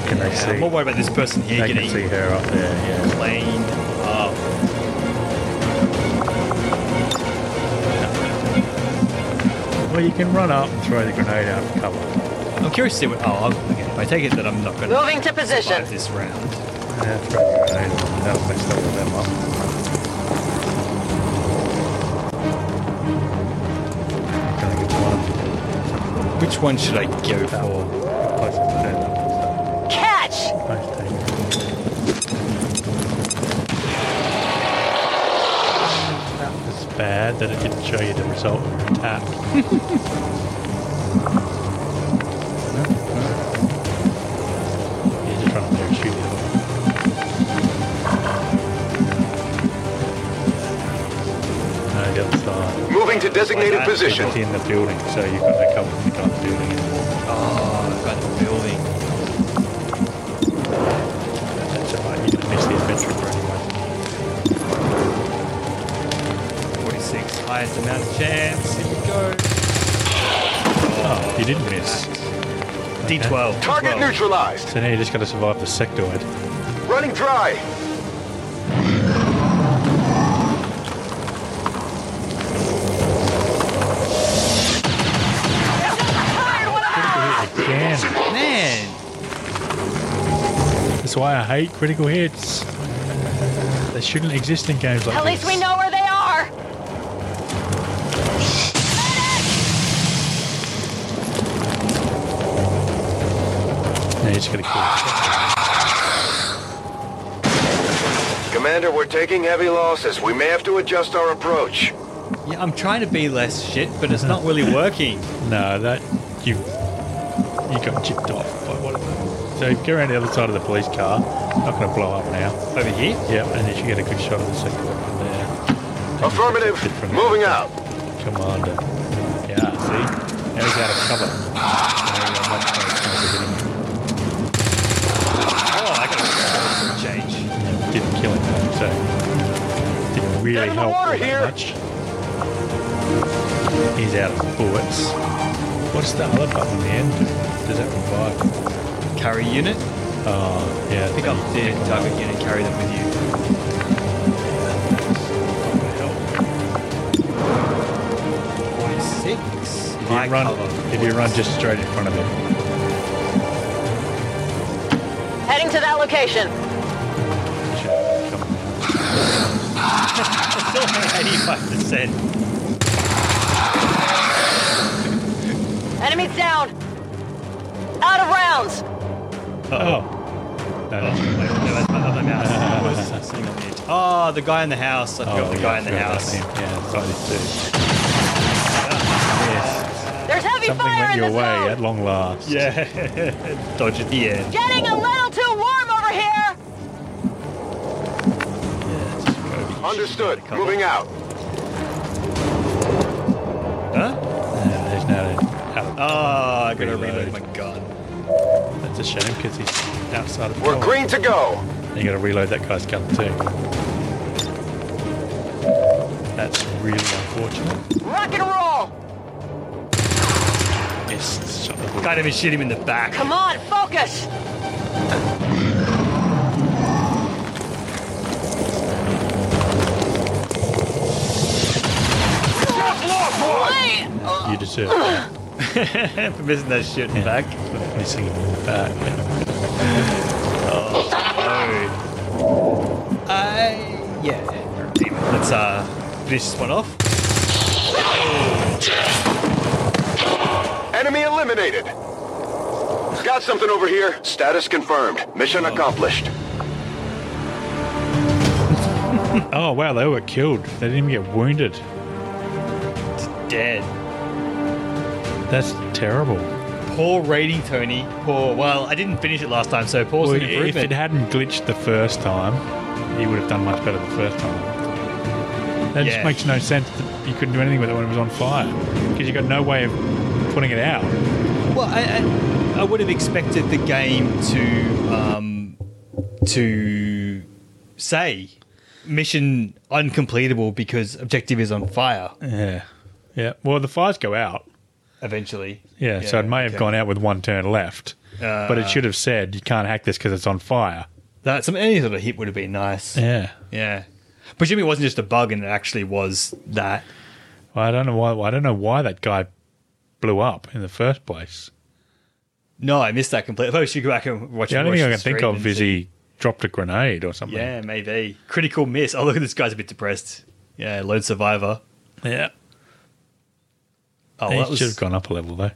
Speaker 2: But can they see?
Speaker 1: I'm more worried about this person here
Speaker 2: They can
Speaker 1: getting
Speaker 2: see her up there. Yeah.
Speaker 1: planed up.
Speaker 2: Well, you can run up and throw the grenade out of cover.
Speaker 1: I'm curious to see what. Oh, I'm- okay. I take it that I'm not going to
Speaker 5: Moving to position.
Speaker 1: survive this round.
Speaker 2: Yeah, throw the grenade. out. That'll mess all of them up. Can I get one?
Speaker 1: Which one should I go
Speaker 2: That
Speaker 1: for?
Speaker 2: will close it
Speaker 5: Catch!
Speaker 2: down. Nice thing. That was bad that it didn't show you the result of your attack. You're just running there and shooting the other one. No, the other side.
Speaker 4: Moving to designated
Speaker 1: Like that.
Speaker 4: position.
Speaker 2: It's in the building, so you've got no cover from the gun building anymore.
Speaker 1: Oh, I've got the building.
Speaker 2: That's alright, you didn't miss the adventure for anyway.
Speaker 1: 46. Highest amount of chance. Here we go.
Speaker 2: Oh, you didn't miss.
Speaker 1: D12.
Speaker 4: Target
Speaker 1: D12.
Speaker 4: neutralized.
Speaker 2: So now you just got to survive the sectoid.
Speaker 4: Running dry.
Speaker 2: Again.
Speaker 1: Man.
Speaker 2: That's why I hate critical hits. They shouldn't exist in games like
Speaker 5: At
Speaker 2: this.
Speaker 5: least we know where they are.
Speaker 2: Now you just got to kill.
Speaker 4: Commander, we're taking heavy losses. We may have to adjust our approach.
Speaker 1: Yeah, I'm trying to be less shit, but it's not really working.
Speaker 2: No, that. You. You got chipped off by one of them. So go around the other side of the police car. Not going to blow up now.
Speaker 1: Over here?
Speaker 2: Yep, and then you get a good shot of the sectoid from there.
Speaker 4: Affirmative.
Speaker 2: Different.
Speaker 4: Moving out.
Speaker 2: Commander. Yeah, see? Now he's out of cover. Now he's got much more chance of hitting
Speaker 1: Oh, I got to change.
Speaker 2: him. Yeah, Didn't kill him, though, so didn't really
Speaker 4: Get in the
Speaker 2: help all
Speaker 4: water
Speaker 2: that
Speaker 4: here.
Speaker 2: much. He's out of bullets. What's the other button in the end? Does that revive?
Speaker 1: Carry unit.
Speaker 2: Oh, yeah. I
Speaker 1: Pick
Speaker 2: think
Speaker 1: up the target unit, carry them with you.
Speaker 2: that'll help.
Speaker 1: 46.
Speaker 2: If
Speaker 1: High
Speaker 2: you,
Speaker 1: cover.
Speaker 2: run, if you run just straight in front of it.
Speaker 5: Heading to that location.
Speaker 2: it should come down.
Speaker 1: Still only 85%.
Speaker 5: Enemies down. Out of rounds.
Speaker 2: Oh. No, that's
Speaker 1: Wait, no, that's my other mouse. I was sitting on the edge. Oh, the guy in the house. I
Speaker 2: Oh,
Speaker 1: forgot the guy in the house.
Speaker 2: Yeah, so I did too. Yes.
Speaker 5: There's heavy
Speaker 2: Something
Speaker 5: fire
Speaker 2: went
Speaker 5: in
Speaker 2: your
Speaker 5: the
Speaker 2: way
Speaker 5: zone.
Speaker 2: at long last.
Speaker 1: Yeah. Dodge at the end.
Speaker 5: Getting a little too warm over here.
Speaker 4: Understood. Moving out.
Speaker 1: Huh?
Speaker 2: Yeah, there's no.
Speaker 1: Oh, I gotta
Speaker 2: Reload.
Speaker 1: reload my gun.
Speaker 2: That's a shame because he's outside of.
Speaker 4: We're
Speaker 2: cover.
Speaker 4: green to go.
Speaker 2: You got to reload that guy's gun too. That's really unfortunate.
Speaker 5: Rock and roll.
Speaker 2: Yes, shot the bullet.
Speaker 1: Can't even shoot him in the back.
Speaker 5: Come on, focus. Wait.
Speaker 2: you deserve. That.
Speaker 1: For missing that shit in the
Speaker 2: Yeah.
Speaker 1: back.
Speaker 2: Missing him in the back.
Speaker 1: Oh. Uh, yeah. Anyway, let's uh, finish this one off.
Speaker 4: Enemy eliminated. Got something over here. Status confirmed. Mission accomplished.
Speaker 2: Oh, wow, they were killed. They didn't even get wounded.
Speaker 1: Dead.
Speaker 2: That's terrible.
Speaker 1: Poor rating, Tony. Poor. Well, I didn't finish it last time, so poor's
Speaker 2: Well,
Speaker 1: an
Speaker 2: if it
Speaker 1: improvement.
Speaker 2: hadn't glitched the first time, he would have done much better the first time. That
Speaker 1: Yeah.
Speaker 2: just makes no sense that you couldn't do anything with it when it was on fire because you got no way of putting it out.
Speaker 1: well, I, I, I would have expected the game to um, to say mission uncompletable because objective is on fire
Speaker 2: Yeah. Yeah. Well, the fires go out.
Speaker 1: eventually.
Speaker 2: Yeah. Uh. so it may have
Speaker 1: okay.
Speaker 2: gone out with one turn left, but it should have said you can't hack this because it's on fire.
Speaker 1: That some any sort of hit would have been nice.
Speaker 2: Yeah.
Speaker 1: Yeah. But Jimmy wasn't just a bug and it actually was that.
Speaker 2: Well, I don't know why. I don't know why that guy blew up in the first place.
Speaker 1: No, I missed that completely. I probably should go back and watch
Speaker 2: The only
Speaker 1: watch
Speaker 2: thing I
Speaker 1: the
Speaker 2: can think
Speaker 1: stream
Speaker 2: of
Speaker 1: and
Speaker 2: is
Speaker 1: see.
Speaker 2: he dropped a grenade or something.
Speaker 1: Yeah, maybe. Critical miss. Oh, look at this guy's a bit depressed. Yeah, lone survivor.
Speaker 2: Yeah.
Speaker 1: Oh,
Speaker 2: he
Speaker 1: well, that
Speaker 2: should
Speaker 1: was.
Speaker 2: have gone up a level though.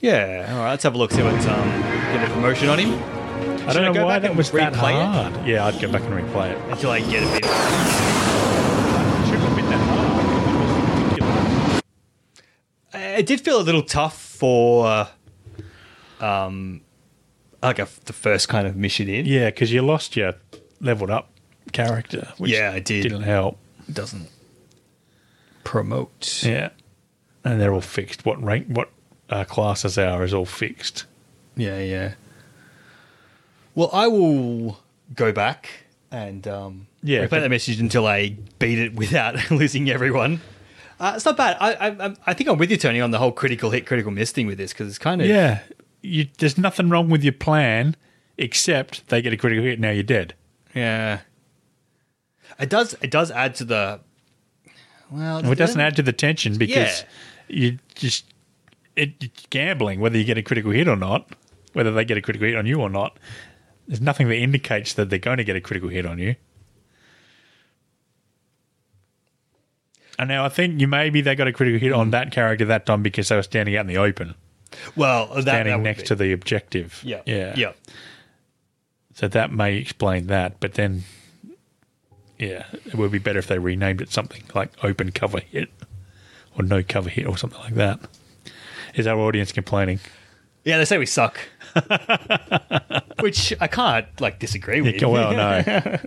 Speaker 1: Yeah, all right, let's have a look, see what. Um, get a promotion on him
Speaker 2: I
Speaker 1: Should I
Speaker 2: don't know
Speaker 1: go
Speaker 2: why
Speaker 1: back
Speaker 2: that
Speaker 1: and
Speaker 2: was that
Speaker 1: replay it?
Speaker 2: hard. Yeah, I'd go back and replay it.
Speaker 1: until I get a bit.
Speaker 2: Shouldn't have been that hard. It was ridiculous.
Speaker 1: Uh, It did feel a little tough for. Uh, um, like a, the first kind of mission in.
Speaker 2: Yeah, because you lost your leveled up character, which
Speaker 1: Yeah, I did.
Speaker 2: didn't help.
Speaker 1: Doesn't promote.
Speaker 2: Yeah, and they're all fixed. What rank? What uh, classes they are is all fixed.
Speaker 1: Yeah, yeah. Well, I will go back and um,
Speaker 2: Yeah,
Speaker 1: replay
Speaker 2: but-
Speaker 1: that message until I beat it without losing everyone. Uh, it's not bad. I, I I'm- I think I'm with you, Tony, on the whole critical hit, critical miss thing with this because it's kind of
Speaker 2: Yeah, you, there's nothing wrong with your plan except they get a critical hit. Now you're dead.
Speaker 1: yeah. It does it does add to the well.
Speaker 2: Well, it doesn't add to the tension because you just it it's gambling whether you get a critical hit or not, whether they get a critical hit on you or not. There's nothing that indicates that they're going to get a critical hit on you. And now I think you maybe they got a critical hit on that character that time because they were standing out in the open,
Speaker 1: Well, Mm. that, that
Speaker 2: standing
Speaker 1: would
Speaker 2: next
Speaker 1: be-
Speaker 2: to the objective.
Speaker 1: yeah
Speaker 2: yeah,
Speaker 1: yeah.
Speaker 2: So that may explain that. But then, yeah, it would be better if they renamed it something like open cover hit or no cover hit or something like that. Is our audience complaining?
Speaker 1: Yeah, they say we suck. Which I can't like disagree with.
Speaker 2: Yeah, well, no.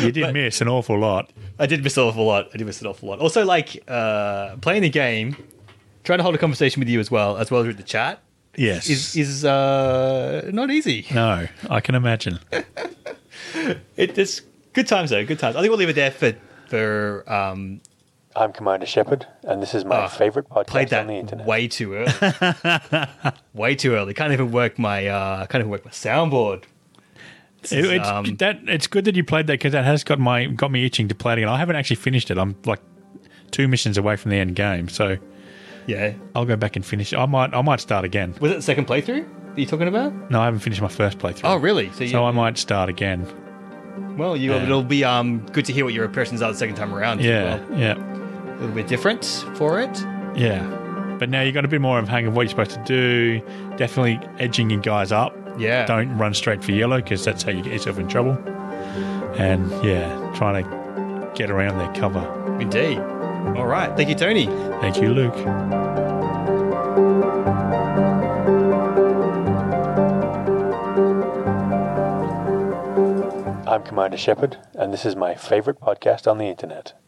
Speaker 2: You did miss an awful lot.
Speaker 1: I did miss an awful lot. I did miss an awful lot. Also, like uh, playing the game, trying to hold a conversation with you as well, as well as with the chat,
Speaker 2: Yes.
Speaker 1: is is uh, not easy.
Speaker 2: no, I can imagine.
Speaker 1: It, it's good times though. Good times. I think we'll leave it there for for um,
Speaker 7: I'm Commander Shepard, and this is my
Speaker 1: Ah,
Speaker 7: favorite podcast
Speaker 1: played
Speaker 7: on the internet.
Speaker 1: that way too early. way too early. Can't even work my uh, can't even work my soundboard.
Speaker 2: It-
Speaker 1: is,
Speaker 2: it's,
Speaker 1: um,
Speaker 2: that, it's good that you played that because that has got my got me itching to play it again. I haven't actually finished it. I'm like two missions away from the end game, so
Speaker 1: Yeah.
Speaker 2: I'll go back and finish. it. I might I might start again.
Speaker 1: Was it the second playthrough that you're talking about?
Speaker 2: No, I haven't finished my first playthrough.
Speaker 1: Oh, really? So, you,
Speaker 2: So I might start again.
Speaker 1: well, you, it'll be um, good to hear what your impressions are the second time around. as
Speaker 2: Yeah,
Speaker 1: well.
Speaker 2: yeah,
Speaker 1: a little bit different for it.
Speaker 2: yeah. But now you got a bit more of a hang of what you're supposed to do. Definitely edging your guys up.
Speaker 1: Yeah.
Speaker 2: Don't run straight for yellow because that's how you get yourself in trouble. And yeah, trying to get around their cover.
Speaker 1: Indeed. All right. Thank you, Tony.
Speaker 2: Thank you, Luke.
Speaker 7: I'm Commander Shepard, and this is my favorite podcast on the internet.